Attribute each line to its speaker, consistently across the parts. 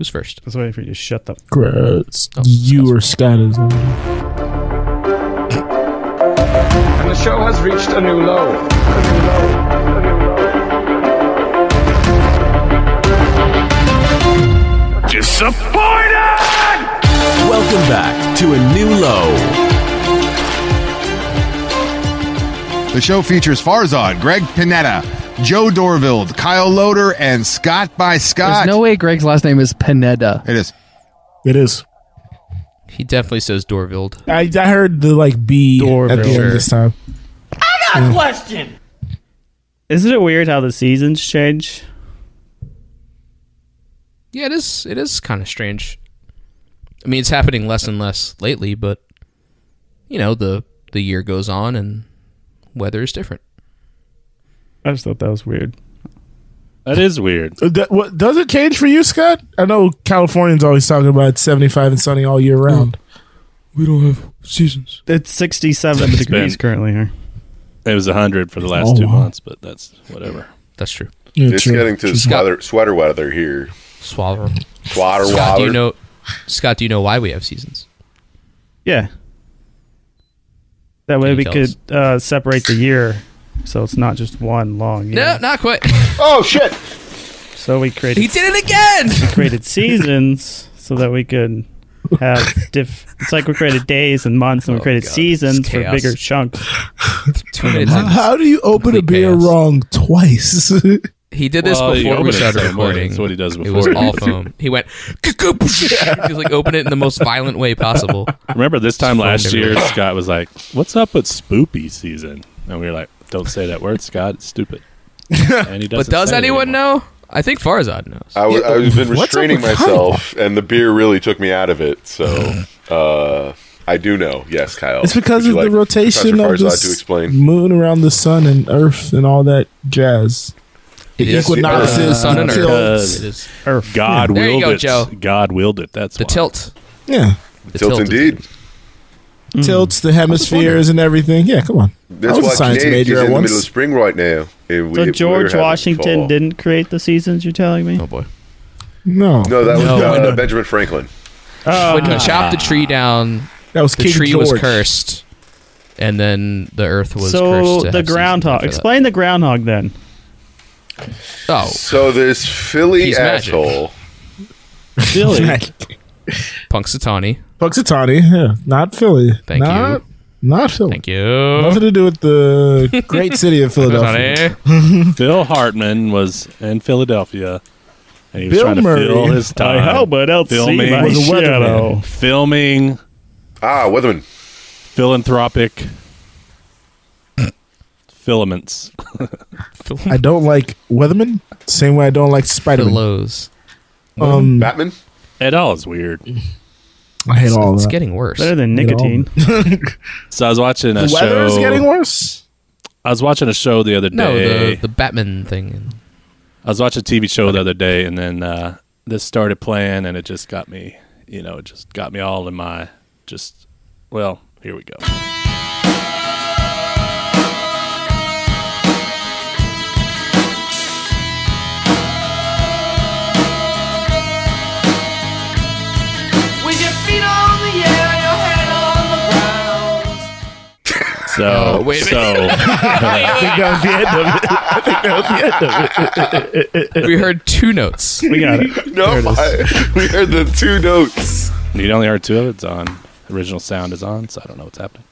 Speaker 1: Who's first?
Speaker 2: That's why for you to shut the.
Speaker 3: Gross.
Speaker 1: Oh,
Speaker 3: you or Scott is on.
Speaker 4: and the show has reached a new low.
Speaker 5: Welcome back to a new low.
Speaker 6: The show features Farzad, Greg Panetta, Joe Dorville, Kyle Loader, and Scott by Scott.
Speaker 7: There's no way Greg's last name is Pineda.
Speaker 6: it is.
Speaker 3: It is.
Speaker 1: He definitely says Dorvild.
Speaker 3: I, I heard the like B
Speaker 2: Door
Speaker 3: at the
Speaker 2: bell.
Speaker 3: end this time.
Speaker 2: Isn't it weird how the seasons change?
Speaker 1: Yeah, it is. It is kind of strange. I mean, it's happening less and less lately, but you know the the year goes on and weather is different.
Speaker 2: I just thought that was weird.
Speaker 8: That is weird.
Speaker 3: Uh, that- what- does it change for you, Scott? I know Californians always talking about it's 75 and sunny all year round.
Speaker 5: We don't have seasons.
Speaker 2: It's 67
Speaker 8: It's
Speaker 2: degrees
Speaker 8: been-
Speaker 2: currently here.
Speaker 8: It was 100 for the last
Speaker 3: Oh,
Speaker 8: two
Speaker 3: wow.
Speaker 8: months, but that's whatever.
Speaker 1: That's true.
Speaker 3: Yeah,
Speaker 9: It's
Speaker 3: true.
Speaker 9: getting to sweater, sweater weather here.
Speaker 1: Swallow.
Speaker 9: Swatter
Speaker 1: Scott, do you
Speaker 9: water.
Speaker 1: know? Scott, do you know why we have seasons?
Speaker 2: Yeah. That
Speaker 1: Can
Speaker 2: way
Speaker 1: you
Speaker 2: we
Speaker 1: tell
Speaker 2: could uh, separate the year so it's not just one long year.
Speaker 1: No, not quite.
Speaker 9: Oh shit!
Speaker 2: So we created
Speaker 1: he did it again.
Speaker 2: created seasons so that we could have diff. It's like we created days and months, and we
Speaker 1: Oh,
Speaker 2: created
Speaker 1: God.
Speaker 2: seasons
Speaker 1: It's
Speaker 2: for
Speaker 1: chaos.
Speaker 2: bigger chunks.
Speaker 1: Two minutes.
Speaker 3: How,
Speaker 1: in.
Speaker 3: how do you open a
Speaker 1: Complete
Speaker 3: beer
Speaker 1: chaos.
Speaker 3: wrong twice?
Speaker 1: He did this
Speaker 8: Well, you
Speaker 1: before
Speaker 8: open
Speaker 1: we
Speaker 8: it
Speaker 1: started
Speaker 8: the same way.
Speaker 1: recording.
Speaker 8: That's what he does
Speaker 1: It
Speaker 8: before.
Speaker 1: was all foam. He went. He's like, open it in the most violent way possible.
Speaker 8: Remember this time
Speaker 1: Foamed
Speaker 8: last year,
Speaker 1: everywhere.
Speaker 8: Scott was like, "What's up with spoopy season?" And we were like, "Don't say that word, Scott. It's stupid." And he
Speaker 1: But
Speaker 8: doesn't
Speaker 1: does
Speaker 8: say it
Speaker 1: anyone
Speaker 8: anymore.
Speaker 1: know? I think Farzad knows.
Speaker 9: I was,
Speaker 3: Yeah,
Speaker 9: I was been
Speaker 3: what's up
Speaker 9: restraining
Speaker 3: with
Speaker 9: myself, and the beer really took me out of it. So uh, I do know. Yes, Kyle.
Speaker 3: It's because
Speaker 9: Would
Speaker 3: of the
Speaker 9: you like
Speaker 3: rotation
Speaker 9: Professor
Speaker 3: of
Speaker 9: Farzad to
Speaker 3: this
Speaker 9: explain.
Speaker 3: moon around the sun and Earth and all that jazz. The
Speaker 1: It is the
Speaker 3: equinoxes,
Speaker 1: Earth, the sun and
Speaker 3: tilts.
Speaker 1: earth. It is
Speaker 2: Earth.
Speaker 8: God
Speaker 1: There you
Speaker 8: willed
Speaker 1: go,
Speaker 8: it.
Speaker 1: Joe.
Speaker 8: God willed it. That's
Speaker 1: the
Speaker 8: why.
Speaker 1: tilt.
Speaker 3: Yeah,
Speaker 1: The
Speaker 9: Tilt
Speaker 1: is-
Speaker 9: indeed.
Speaker 3: tilts the hemispheres and everything. Yeah, come on.
Speaker 9: Mm. That's
Speaker 3: I was
Speaker 9: why
Speaker 3: a science
Speaker 9: Canadians
Speaker 3: major
Speaker 9: is in
Speaker 3: at
Speaker 9: the
Speaker 3: once.
Speaker 9: middle of spring right now. and we-
Speaker 2: So
Speaker 9: we're
Speaker 2: George
Speaker 9: having
Speaker 2: Washington
Speaker 9: fall.
Speaker 2: didn't create the seasons. You're telling me?
Speaker 1: Oh boy.
Speaker 3: No,
Speaker 9: No, that was
Speaker 1: No,
Speaker 9: uh,
Speaker 1: when the-
Speaker 9: Benjamin Franklin.
Speaker 2: Um,
Speaker 1: When
Speaker 2: Ah.
Speaker 1: he chopped the tree down,
Speaker 3: that was
Speaker 1: the
Speaker 3: King
Speaker 1: tree
Speaker 3: George.
Speaker 1: was cursed, and then the earth was cursed.
Speaker 2: so
Speaker 1: to
Speaker 2: the
Speaker 1: have seasons
Speaker 2: groundhog.
Speaker 1: after that.
Speaker 2: Explain the groundhog then.
Speaker 1: Oh,
Speaker 9: So this Philly
Speaker 1: He's magic.
Speaker 9: asshole.
Speaker 8: Philly.
Speaker 1: Punxsutawney.
Speaker 3: Punxsutawney, yeah, not Philly.
Speaker 1: Thank
Speaker 3: not,
Speaker 1: you.
Speaker 3: Not Philly.
Speaker 1: Thank you.
Speaker 3: Nothing to do with the great city of Philadelphia.
Speaker 1: Punxsutawney.
Speaker 8: Phil Hartman was in Philadelphia, and he was
Speaker 3: Bill
Speaker 8: trying to
Speaker 3: Murray.
Speaker 8: fill his time.
Speaker 2: I hope it else
Speaker 8: Bill Maine
Speaker 2: my
Speaker 8: Uh, was
Speaker 3: a weatherman.
Speaker 2: shadow.
Speaker 8: Filming,
Speaker 9: Ah, Weatherman.
Speaker 8: philanthropic filaments.
Speaker 3: I don't like Weatherman. Same way I don't like Spider Man.
Speaker 1: Lows.
Speaker 3: Um,
Speaker 9: Batman.
Speaker 8: It all is weird.
Speaker 3: I hate all
Speaker 1: It's
Speaker 3: that.
Speaker 1: getting worse.
Speaker 2: Better than
Speaker 3: Get all
Speaker 2: nicotine.
Speaker 8: So I was watching a
Speaker 3: the weather
Speaker 8: show.
Speaker 3: is getting worse.
Speaker 8: I was watching a show the other day.
Speaker 1: No, the the Batman thing.
Speaker 8: I was watching a TV show the other day, and then uh, this started playing, and it just got me. You know, it just got me all in my just. Well, here we go. So
Speaker 1: Oh, wait a
Speaker 8: so
Speaker 1: We heard two notes.
Speaker 2: We got it.
Speaker 9: No, I- we heard the two notes.
Speaker 8: you only heard two of it. It's on. Original sound is on, so I don't know what's happening.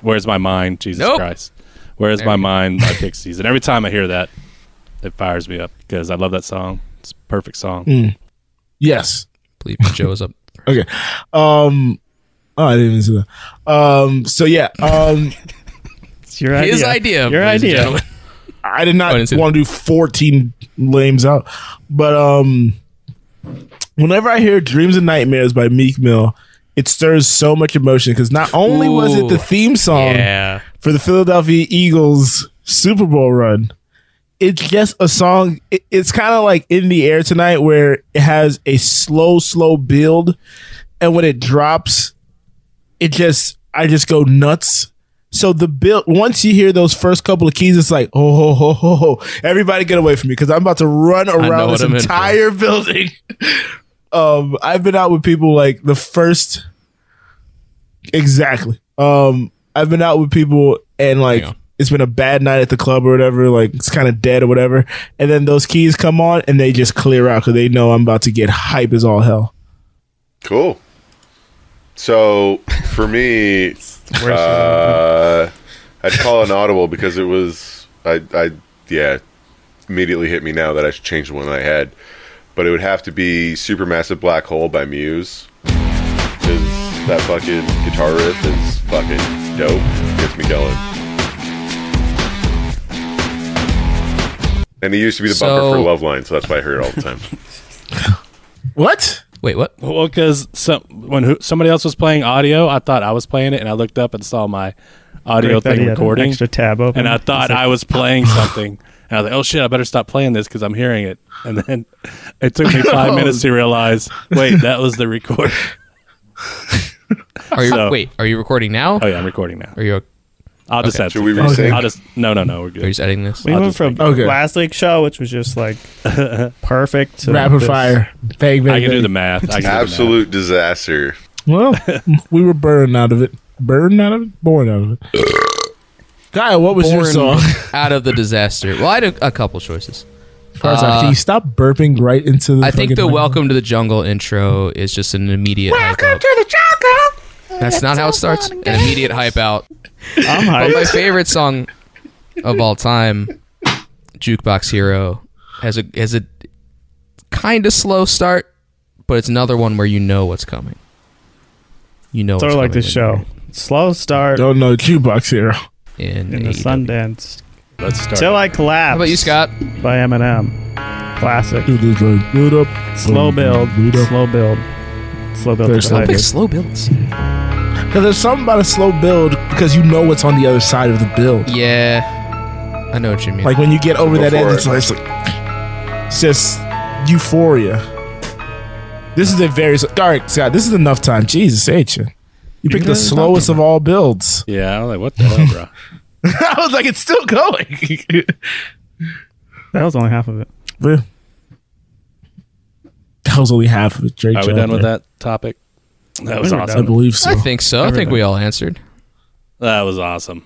Speaker 8: Where's my mind, Jesus
Speaker 1: Nope.
Speaker 8: Christ? Where's my mind, my Pixies? And every time I hear that, it fires me up because I love that song. It's a perfect song.
Speaker 3: Yes.
Speaker 1: believe Joe is up.
Speaker 3: Okay. Um. Oh, I didn't even see that. Um. So yeah. Um.
Speaker 2: It's your idea.
Speaker 1: His idea.
Speaker 2: Your
Speaker 1: ladies and
Speaker 2: idea.
Speaker 1: gentlemen.
Speaker 3: I did
Speaker 1: I
Speaker 3: not
Speaker 1: didn't see
Speaker 3: want to do fourteen lames out, but um. Whenever I hear "Dreams and Nightmares" by Meek Mill, it stirs so much emotion because not only was it the
Speaker 1: Ooh.
Speaker 3: theme
Speaker 2: Um,
Speaker 3: song
Speaker 1: Yeah.
Speaker 3: for the Philadelphia Eagles Super Bowl run. It's just a song. It, it's kind of like in the air tonight, where it has a slow, slow build, and when it drops, it just I just go nuts. So the build once you hear those first couple of keys, it's like oh ho ho ho ho! Everybody get away from me because I'm about to run around
Speaker 1: what
Speaker 3: this
Speaker 1: I'm in for.
Speaker 3: entire building Um, I've been out with people like the first. Exactly. Um, I've been out with people and like
Speaker 1: Hang on.
Speaker 3: it's been a bad night at the club or whatever. Like it's kind of dead or whatever. And then those keys come on and they just clear out because they know I'm about to get hype as all hell.
Speaker 9: Cool. So for me, uh, I'd call an audible because it was I I yeah immediately hit me now that I should change the one that I had, but it would have to be Supermassive Black Hole by Muse. 'Cause that fucking guitar riff is fucking dope. Gets me going. And it used to be the
Speaker 1: So-
Speaker 9: bumper for Love Line, so that's why I hear it all the time.
Speaker 3: What?
Speaker 1: Wait, what?
Speaker 8: Well, because some, when who, somebody else was playing audio, I thought I was playing it, and I looked up and saw my audio
Speaker 2: Greg thought he
Speaker 8: thing
Speaker 2: had an
Speaker 8: recording,
Speaker 2: Extra tab open.
Speaker 8: and I thought I was playing something. And I was like, "Oh shit! I better stop playing this because I'm hearing it." And then it took me five minutes to realize, wait, that was the record.
Speaker 1: Are you
Speaker 8: So-
Speaker 1: wait? Are you recording now?
Speaker 8: Oh yeah, I'm recording now.
Speaker 1: Are you are
Speaker 8: I'll just
Speaker 1: Okay.
Speaker 8: have
Speaker 9: Should we
Speaker 8: to.
Speaker 9: resync?
Speaker 8: I'll just no, no, no. We're
Speaker 1: you
Speaker 8: good.
Speaker 1: just editing this?
Speaker 2: we
Speaker 8: I'll
Speaker 2: went
Speaker 8: just
Speaker 2: from
Speaker 3: Okay.
Speaker 2: last week's show, which was just like perfect, to
Speaker 3: Rapid
Speaker 2: this.
Speaker 3: fire. Bang, bang,
Speaker 8: I can do
Speaker 3: bang.
Speaker 8: the math. I can
Speaker 9: Absolute disaster.
Speaker 3: Well, we were burned out of it. Burned out of it? Born out of it. Kyle, what was your song?
Speaker 1: out of the disaster. Well, I had a, a couple choices.
Speaker 3: Farzad, can you stop burping right into the
Speaker 1: I think
Speaker 3: fucking
Speaker 1: the
Speaker 3: mic?
Speaker 1: Welcome to the Jungle intro is just an immediate. Welcome to the jungle. That's not how it starts. An immediate hype out.
Speaker 2: I'm
Speaker 1: But my
Speaker 2: hyped.
Speaker 1: favorite song of all time, Jukebox Hero, has a has a kind of slow start, but it's another one where you know what's coming. You know, what's
Speaker 2: Sort of like
Speaker 1: coming
Speaker 2: this show. Slow start
Speaker 3: Don't know jukebox hero.
Speaker 1: in,
Speaker 2: in the
Speaker 1: AEW.
Speaker 2: Sundance.
Speaker 8: do the math. Let's start.
Speaker 2: Till I collapse.
Speaker 1: How about you, Scott?
Speaker 2: By Eminem. Classic.
Speaker 3: Do this like boot up.
Speaker 2: Slow build. Slow build. Slow build.
Speaker 3: There's
Speaker 2: to the
Speaker 3: no
Speaker 1: Big
Speaker 2: hype.
Speaker 1: slow builds.
Speaker 3: Because there's something about a slow build because you know what's on the other side of the build.
Speaker 1: Yeah, I know what you mean.
Speaker 3: Like when you get over that
Speaker 9: Before
Speaker 3: edge, it's
Speaker 9: it.
Speaker 3: like, it's like it's just euphoria. This is a very all right, Scott. This is enough time. Jesus, ain't you? You picked the slowest of all builds.
Speaker 8: Yeah, I was like, what the hell, bro?
Speaker 3: I was like, it's still going.
Speaker 2: That was only half of it.
Speaker 3: But that was only half of the Drake.
Speaker 8: Are we
Speaker 3: job
Speaker 8: done with
Speaker 3: there.
Speaker 8: that topic? That was
Speaker 2: We were
Speaker 3: I
Speaker 8: awesome.
Speaker 3: believe so.
Speaker 1: I think so. I think we all answered.
Speaker 8: That was awesome.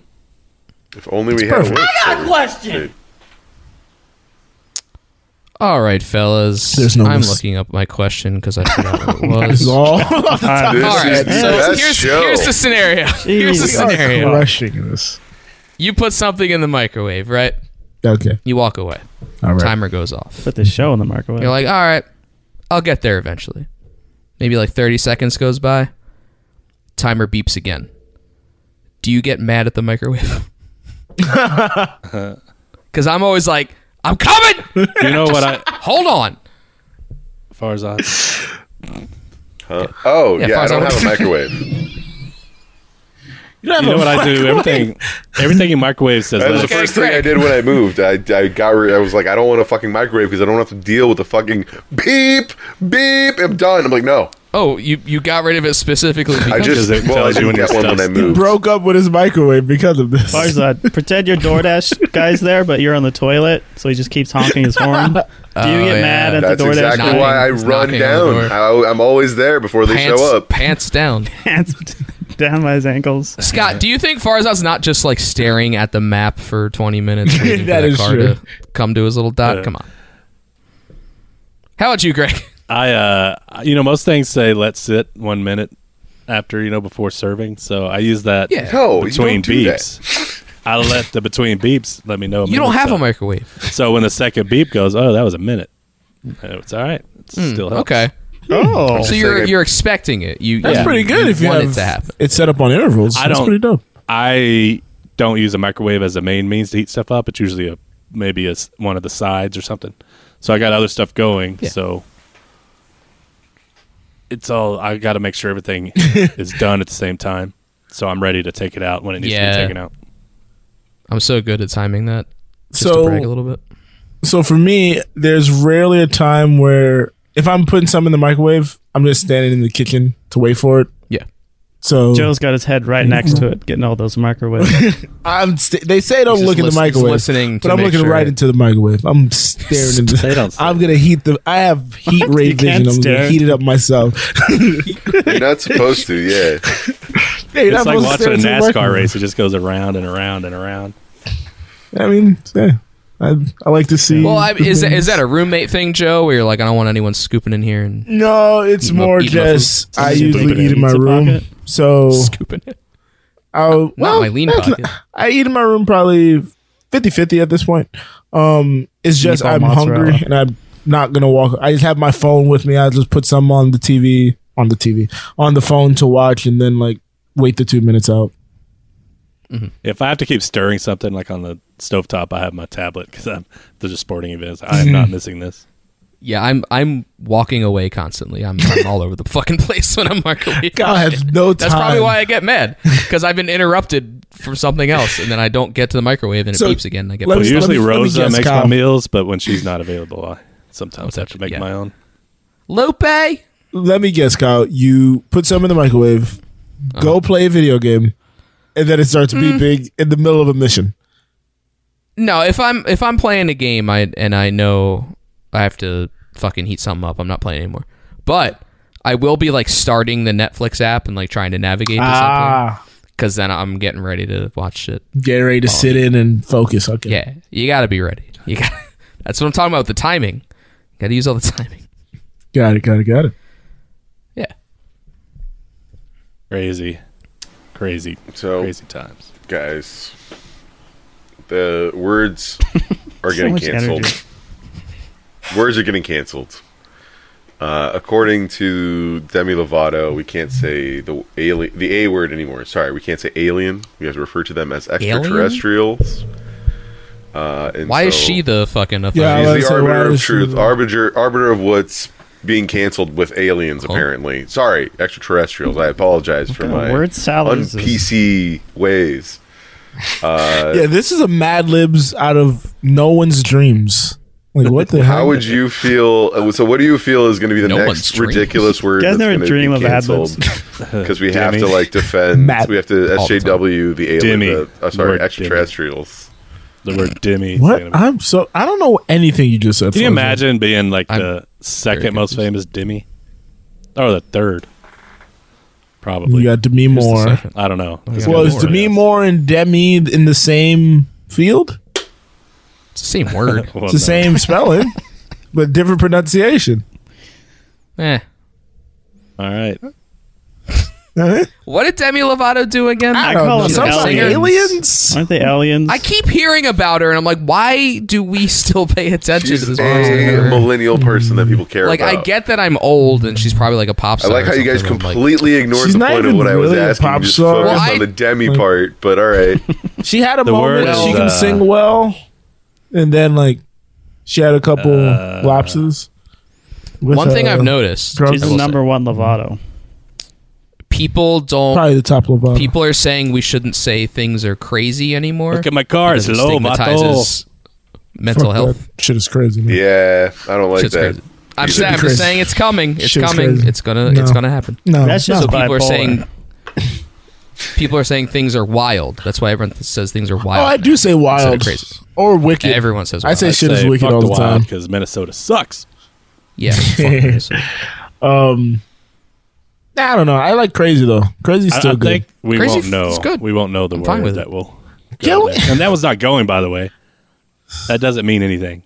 Speaker 9: If only we had a
Speaker 3: perfect.
Speaker 9: list that we-
Speaker 1: All right, fellas.
Speaker 3: There's no
Speaker 1: I'm
Speaker 3: list.
Speaker 1: looking up my question because I forgot what it was.
Speaker 3: This is all
Speaker 9: This
Speaker 1: All
Speaker 9: is
Speaker 1: right.
Speaker 9: the
Speaker 1: So
Speaker 9: best
Speaker 1: here's,
Speaker 9: show.
Speaker 1: here's the scenario. Here's the
Speaker 2: Jesus
Speaker 1: scenario.
Speaker 3: crushing this.
Speaker 1: You put something in the microwave, right?
Speaker 3: Okay,
Speaker 1: You walk away.
Speaker 3: all right.
Speaker 1: Timer goes off.
Speaker 2: Put the show in the microwave.
Speaker 1: You're like, all right, I'll get there eventually. Maybe like 30 seconds goes by. Timer beeps again. Do you get mad at the microwave? Because I'm always like, I'm coming.
Speaker 8: You know what I,
Speaker 1: Hold on.
Speaker 8: Farzad?
Speaker 9: Huh? Oh
Speaker 1: Yeah,
Speaker 9: yeah,
Speaker 1: far
Speaker 9: I
Speaker 1: as
Speaker 9: don't
Speaker 1: I'm-
Speaker 9: have a microwave.
Speaker 8: You know what I do? Everything, everything in microwave says.
Speaker 9: That was
Speaker 8: let
Speaker 9: the
Speaker 8: it-
Speaker 1: Okay,
Speaker 9: first thing I
Speaker 1: Craig.
Speaker 9: did when I moved. I, I got re- I was like, I don't want a fucking microwave because I don't have to deal with the fucking beep beep. I'm done. I'm like, no.
Speaker 1: Oh, you, you got rid of it specifically because
Speaker 9: I just
Speaker 8: it
Speaker 9: well, I
Speaker 8: tells you
Speaker 9: didn't
Speaker 8: when your
Speaker 9: get one when I
Speaker 8: stuff's-
Speaker 9: moved.
Speaker 3: broke up with his microwave because of this.
Speaker 2: Farzad, pretend your DoorDash guy's there, but you're on the toilet, so he just keeps honking his horn. Do you
Speaker 1: Oh,
Speaker 2: get
Speaker 1: yeah.
Speaker 2: mad at
Speaker 9: That's
Speaker 2: the DoorDash
Speaker 9: exactly
Speaker 1: knocking-
Speaker 2: guy?
Speaker 9: why I
Speaker 1: it's
Speaker 9: run
Speaker 1: knocking on the
Speaker 9: down. I, I'm always there before they
Speaker 1: pants,
Speaker 9: show up.
Speaker 1: pants down.
Speaker 2: Hands down by his ankles.
Speaker 1: Scott, do you think Farzad's not just like staring at the map for 20 minutes waiting for
Speaker 3: That
Speaker 1: that
Speaker 3: is
Speaker 1: car
Speaker 3: true.
Speaker 1: to come to his little dot?
Speaker 8: Yeah.
Speaker 1: Come on. How about you, Greg?
Speaker 8: I, uh, you know, most things say let sit one minute after you know before serving. So I use that.
Speaker 1: Yeah.
Speaker 9: No,
Speaker 8: between
Speaker 9: you don't do that.
Speaker 8: beeps. I let the between beeps let me know.
Speaker 1: You don't
Speaker 8: minute's
Speaker 1: have a
Speaker 8: up.
Speaker 1: microwave.
Speaker 8: So when the second beep goes, oh, that was a minute. Uh, It's all right. It still helps.
Speaker 1: Hmm, Okay.
Speaker 2: Oh,
Speaker 1: So you're
Speaker 9: Second.
Speaker 1: you're expecting it. You
Speaker 3: That's
Speaker 1: yeah.
Speaker 3: pretty good.
Speaker 1: You
Speaker 3: If you
Speaker 1: want
Speaker 3: have
Speaker 1: it to happen.
Speaker 3: it's set up on intervals.
Speaker 8: I
Speaker 3: That's
Speaker 8: don't-
Speaker 3: pretty dope.
Speaker 8: I don't use a microwave as the main means to heat stuff up. It's usually a maybe a s one of the sides or something. So I got other stuff going.
Speaker 1: Yeah.
Speaker 8: So it's all I got to make sure everything is done at the same time. So I'm ready to take it out when it needs to
Speaker 1: Yeah.
Speaker 8: be taken out.
Speaker 1: I'm so good at timing that. Just
Speaker 3: So-
Speaker 1: to brag a little bit.
Speaker 3: So for me, there's rarely a time where if I'm putting something in the microwave, I'm just standing in the kitchen to wait for it.
Speaker 1: Yeah.
Speaker 3: So
Speaker 2: Joe's got his head right next to it, getting all those microwave.
Speaker 3: I'm. St- they say don't
Speaker 1: He's
Speaker 3: look
Speaker 1: just
Speaker 3: in
Speaker 1: listen-
Speaker 3: the
Speaker 1: he's
Speaker 3: microwave,
Speaker 1: listening to
Speaker 3: but I'm
Speaker 1: make
Speaker 3: looking
Speaker 1: sure.
Speaker 3: right into the microwave. I'm staring into.
Speaker 8: They don't say
Speaker 3: I'm gonna heat the. I have heat ray
Speaker 2: You can't
Speaker 3: vision. I'm
Speaker 2: stare.
Speaker 3: gonna heat it up myself.
Speaker 9: You're not supposed to,
Speaker 3: Hey, you're
Speaker 9: yeah.
Speaker 8: It's
Speaker 3: not
Speaker 8: like
Speaker 3: supposed to
Speaker 8: watching a
Speaker 3: stare into the
Speaker 8: NASCAR
Speaker 3: microwave.
Speaker 8: race. It just goes around and around and around.
Speaker 3: I mean, yeah, I, I like to see.
Speaker 1: Well, I, is that, is that a roommate thing, Joe? Where you're like, I don't want anyone scooping in here and
Speaker 3: no, it's
Speaker 1: Eat my-
Speaker 3: more
Speaker 1: eat my
Speaker 3: just
Speaker 1: food.
Speaker 3: I
Speaker 1: Just
Speaker 3: usually
Speaker 1: poop it
Speaker 3: eat
Speaker 1: in
Speaker 3: in my
Speaker 2: pizza
Speaker 3: room.
Speaker 2: pocket.
Speaker 3: So
Speaker 1: scooping it.
Speaker 3: I well,
Speaker 1: Not my lean
Speaker 3: that's
Speaker 1: pocket.
Speaker 3: not- I eat in my room probably 50-50 at this point. Um, it's just
Speaker 2: Meatball
Speaker 3: I'm
Speaker 2: mozzarella.
Speaker 3: hungry and I'm not gonna walk. I just have my phone with me. I just put some on the TV on the TV on the phone to watch and then like wait the two minutes out.
Speaker 8: If I have to keep stirring something like on the stovetop, I have my tablet because I'm there's a sporting events. I am not missing this.
Speaker 1: Yeah, I'm I'm walking away constantly. I'm, I'm all over the fucking place when I'm microwave.
Speaker 3: God, I have no time.
Speaker 1: That's probably why I get mad because I've been interrupted from something else, and then I don't get to the microwave, and it
Speaker 3: So,
Speaker 1: beeps again. And I get
Speaker 3: let
Speaker 8: Well,
Speaker 3: me-
Speaker 1: pissed.
Speaker 8: usually
Speaker 3: let me
Speaker 8: Rosa
Speaker 3: guess,
Speaker 8: makes
Speaker 3: Kyle.
Speaker 8: my meals, but when she's not available, I sometimes have to make
Speaker 1: yeah.
Speaker 8: my own.
Speaker 1: Lupe.
Speaker 3: Let me guess, Kyle. You put some in the microwave, go play a video game, and then it starts beeping in the middle of a mission.
Speaker 1: No, if I'm if I'm playing a game, I and I know I have to fucking heat something up. I'm not playing anymore, but I will be like starting the Netflix app and like trying to navigate to something
Speaker 3: Ah.
Speaker 1: because then I'm getting ready to watch shit.
Speaker 3: get ready to sit in and Oh, focus. Okay.
Speaker 1: Yeah, you got to be ready. You got. That's what I'm talking about. With the timing. Got to use all the timing.
Speaker 3: Got it. Got it. Got it.
Speaker 1: Yeah.
Speaker 8: Crazy, crazy,
Speaker 9: So-
Speaker 8: crazy times.
Speaker 9: Guys, the words are getting
Speaker 2: much
Speaker 9: canceled.
Speaker 2: energy.
Speaker 9: Words are getting canceled. Uh, according to Demi Lovato, we can't say the alien, the A word anymore. Sorry, we can't say alien. We have to refer to them as extraterrestrials. Uh, and
Speaker 1: Why is
Speaker 9: so-
Speaker 1: she the fucking authority?
Speaker 3: Yeah, I was
Speaker 9: She's
Speaker 3: gonna say,
Speaker 9: the
Speaker 3: why
Speaker 9: arbiter of
Speaker 3: is she
Speaker 9: truth,
Speaker 3: the-
Speaker 9: arbiter, arbiter of what's being canceled with aliens. Apparently, sorry, extraterrestrials. I apologize for my
Speaker 2: Word salad is
Speaker 9: un-PC ways.
Speaker 3: yeah. This is a Mad Libs out of no one's dreams. Like what the hell?
Speaker 9: How would you feel? uh, So, what do you feel is going to be the
Speaker 1: No one's
Speaker 9: next
Speaker 1: dream.
Speaker 9: ridiculous word
Speaker 2: You guys
Speaker 9: that's
Speaker 2: never
Speaker 9: going to
Speaker 2: dream
Speaker 9: be
Speaker 2: of ad libs.
Speaker 9: canceled? Because we have to
Speaker 8: Demi.
Speaker 9: like defend.
Speaker 3: Matt.
Speaker 9: We have to
Speaker 1: All the time.
Speaker 9: SJW the alien.
Speaker 8: Demi.
Speaker 9: The, uh, sorry,
Speaker 8: Lord Demi.
Speaker 9: extraterrestrials.
Speaker 8: The word dimmy. is gonna
Speaker 3: What?
Speaker 8: be-
Speaker 3: I'm so I don't know anything you just said.
Speaker 8: Can you
Speaker 3: Fozzie.
Speaker 8: imagine being like the
Speaker 1: very
Speaker 8: second most famous
Speaker 1: confused.
Speaker 8: dimmy, or the third? Probably.
Speaker 3: You got Demi Moore.
Speaker 8: I don't know. It's
Speaker 3: Well,
Speaker 8: gotta
Speaker 3: is
Speaker 8: be
Speaker 3: Demi
Speaker 8: something
Speaker 3: Moore and Demi in the same field?
Speaker 1: It's the same word.
Speaker 8: else. Well,
Speaker 3: It's the
Speaker 8: Oh, no.
Speaker 3: same spelling, but different pronunciation.
Speaker 1: eh.
Speaker 8: All right.
Speaker 3: Huh?
Speaker 1: What did Demi Lovato do again?
Speaker 2: I
Speaker 1: I,
Speaker 2: call
Speaker 3: know.
Speaker 2: them
Speaker 3: Uh, Sounds like
Speaker 2: aliens.
Speaker 3: aliens.
Speaker 2: Aren't they aliens?
Speaker 1: keep hearing about her, and I'm like, why do we still pay attention to
Speaker 9: She's
Speaker 1: this
Speaker 9: a
Speaker 1: person?
Speaker 9: millennial person that people care
Speaker 1: Like,
Speaker 9: about.
Speaker 1: I get that I'm old, and she's probably like a pop
Speaker 9: I
Speaker 1: star.
Speaker 9: like
Speaker 1: or
Speaker 9: how you guys
Speaker 1: something, but I'm like,
Speaker 9: completely ignored
Speaker 3: She's
Speaker 9: the
Speaker 3: not
Speaker 9: point of
Speaker 3: even
Speaker 9: what I was
Speaker 3: really a
Speaker 9: asking. You
Speaker 3: pop
Speaker 9: just
Speaker 3: star.
Speaker 9: focused
Speaker 1: Well, I-
Speaker 9: on the demi part, but all right.
Speaker 3: She had a
Speaker 8: The
Speaker 3: moment.
Speaker 8: word
Speaker 3: she
Speaker 8: is,
Speaker 3: can
Speaker 8: uh,
Speaker 3: sing well, and then like she had a couple lapses. with,
Speaker 1: one thing
Speaker 3: uh,
Speaker 1: I've noticed,
Speaker 3: drugs.
Speaker 1: I
Speaker 2: She's
Speaker 1: will
Speaker 2: the
Speaker 1: say,
Speaker 2: number one Lovato.
Speaker 1: people don't.
Speaker 3: Probably the top uh, Lovato.
Speaker 1: People are saying we shouldn't say things are crazy anymore.
Speaker 8: Look at my car. It's
Speaker 1: because it
Speaker 8: low, Mato.
Speaker 1: stigmatizes mental health.
Speaker 3: shit is crazy. Man.
Speaker 9: Yeah, I don't like
Speaker 1: Shit's
Speaker 9: that.
Speaker 1: crazy. I'm,
Speaker 9: Shit's
Speaker 1: sa- I'm
Speaker 3: crazy.
Speaker 1: just saying it's coming. It's
Speaker 3: Shit's
Speaker 1: coming.
Speaker 3: crazy.
Speaker 1: It's gonna. It's
Speaker 3: No. Oh.
Speaker 1: gonna happen.
Speaker 3: No,
Speaker 2: That's just
Speaker 3: no.
Speaker 2: a
Speaker 1: people are
Speaker 2: bipolar.
Speaker 1: saying people are saying things are wild. That's why everyone says things are
Speaker 3: Oh,
Speaker 1: wild.
Speaker 3: I do say wild
Speaker 1: crazy.
Speaker 3: or wicked.
Speaker 1: Everyone says
Speaker 3: I
Speaker 1: wild.
Speaker 3: say shit is wicked all the time.
Speaker 8: because Minnesota sucks.
Speaker 1: yeah. fuck Minnesota.
Speaker 3: Nah, I don't know. I like crazy though. Crazy's
Speaker 8: I,
Speaker 3: still
Speaker 8: I
Speaker 3: good.
Speaker 8: think we
Speaker 1: Crazy
Speaker 8: won't
Speaker 1: f-
Speaker 8: know.
Speaker 1: is good.
Speaker 8: We won't know the
Speaker 1: I'm
Speaker 8: word
Speaker 1: fine with
Speaker 8: that
Speaker 1: it.
Speaker 8: will.
Speaker 3: Yeah,
Speaker 8: go
Speaker 3: we-
Speaker 8: there. and that was not going, by the way. That doesn't mean anything.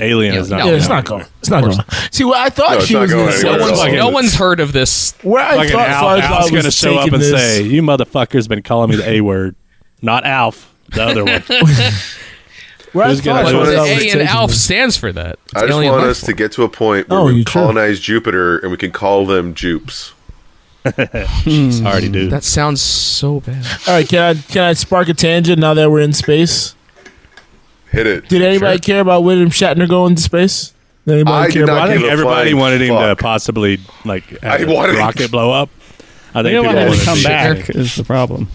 Speaker 8: Alien
Speaker 1: Yeah,
Speaker 8: is not.
Speaker 1: no.
Speaker 3: yeah,
Speaker 1: Yeah,
Speaker 3: it's not going. It's not going. See, what I thought
Speaker 9: No, it's
Speaker 3: she
Speaker 9: not
Speaker 3: was
Speaker 9: going
Speaker 3: going to
Speaker 1: no
Speaker 3: say.
Speaker 9: anywhere at
Speaker 1: one's no
Speaker 9: all.
Speaker 1: one's heard of this.
Speaker 3: Where I
Speaker 8: Fucking
Speaker 3: thought
Speaker 8: Alf, Alf's
Speaker 3: Firefly
Speaker 8: going to
Speaker 3: was
Speaker 8: show up
Speaker 3: taking
Speaker 8: and
Speaker 3: this-
Speaker 8: say, "You motherfuckers been calling me the A word, not Alf, the other one."
Speaker 3: where I
Speaker 8: who's
Speaker 1: But
Speaker 3: thought Firefly
Speaker 8: gonna-
Speaker 9: I just
Speaker 1: the
Speaker 9: wanna-
Speaker 3: was
Speaker 1: A and
Speaker 3: taking
Speaker 1: Alf
Speaker 3: this-
Speaker 1: stands for that. It's
Speaker 9: I just
Speaker 1: alien
Speaker 9: want
Speaker 1: life
Speaker 9: us to
Speaker 1: form.
Speaker 9: get to a point where
Speaker 3: Oh,
Speaker 9: we
Speaker 3: you true.
Speaker 9: colonize Jupiter and we can call them Jupes.
Speaker 8: Already do.
Speaker 1: That sounds so bad.
Speaker 3: All right, can I can I spark a tangent now that we're in space?
Speaker 9: Hit it.
Speaker 3: Did anybody care about William Shatner going to space? Did anybody
Speaker 9: I
Speaker 3: care
Speaker 9: did not
Speaker 3: about
Speaker 8: I
Speaker 3: it?
Speaker 8: think
Speaker 9: give a
Speaker 8: everybody
Speaker 9: flying
Speaker 8: wanted him
Speaker 9: fuck.
Speaker 8: to possibly like have
Speaker 9: I
Speaker 8: a
Speaker 9: wanted-
Speaker 8: rocket blow up. I
Speaker 2: They don't
Speaker 8: think people
Speaker 2: want him
Speaker 8: wanted
Speaker 2: to come
Speaker 8: shit.
Speaker 2: back is the problem.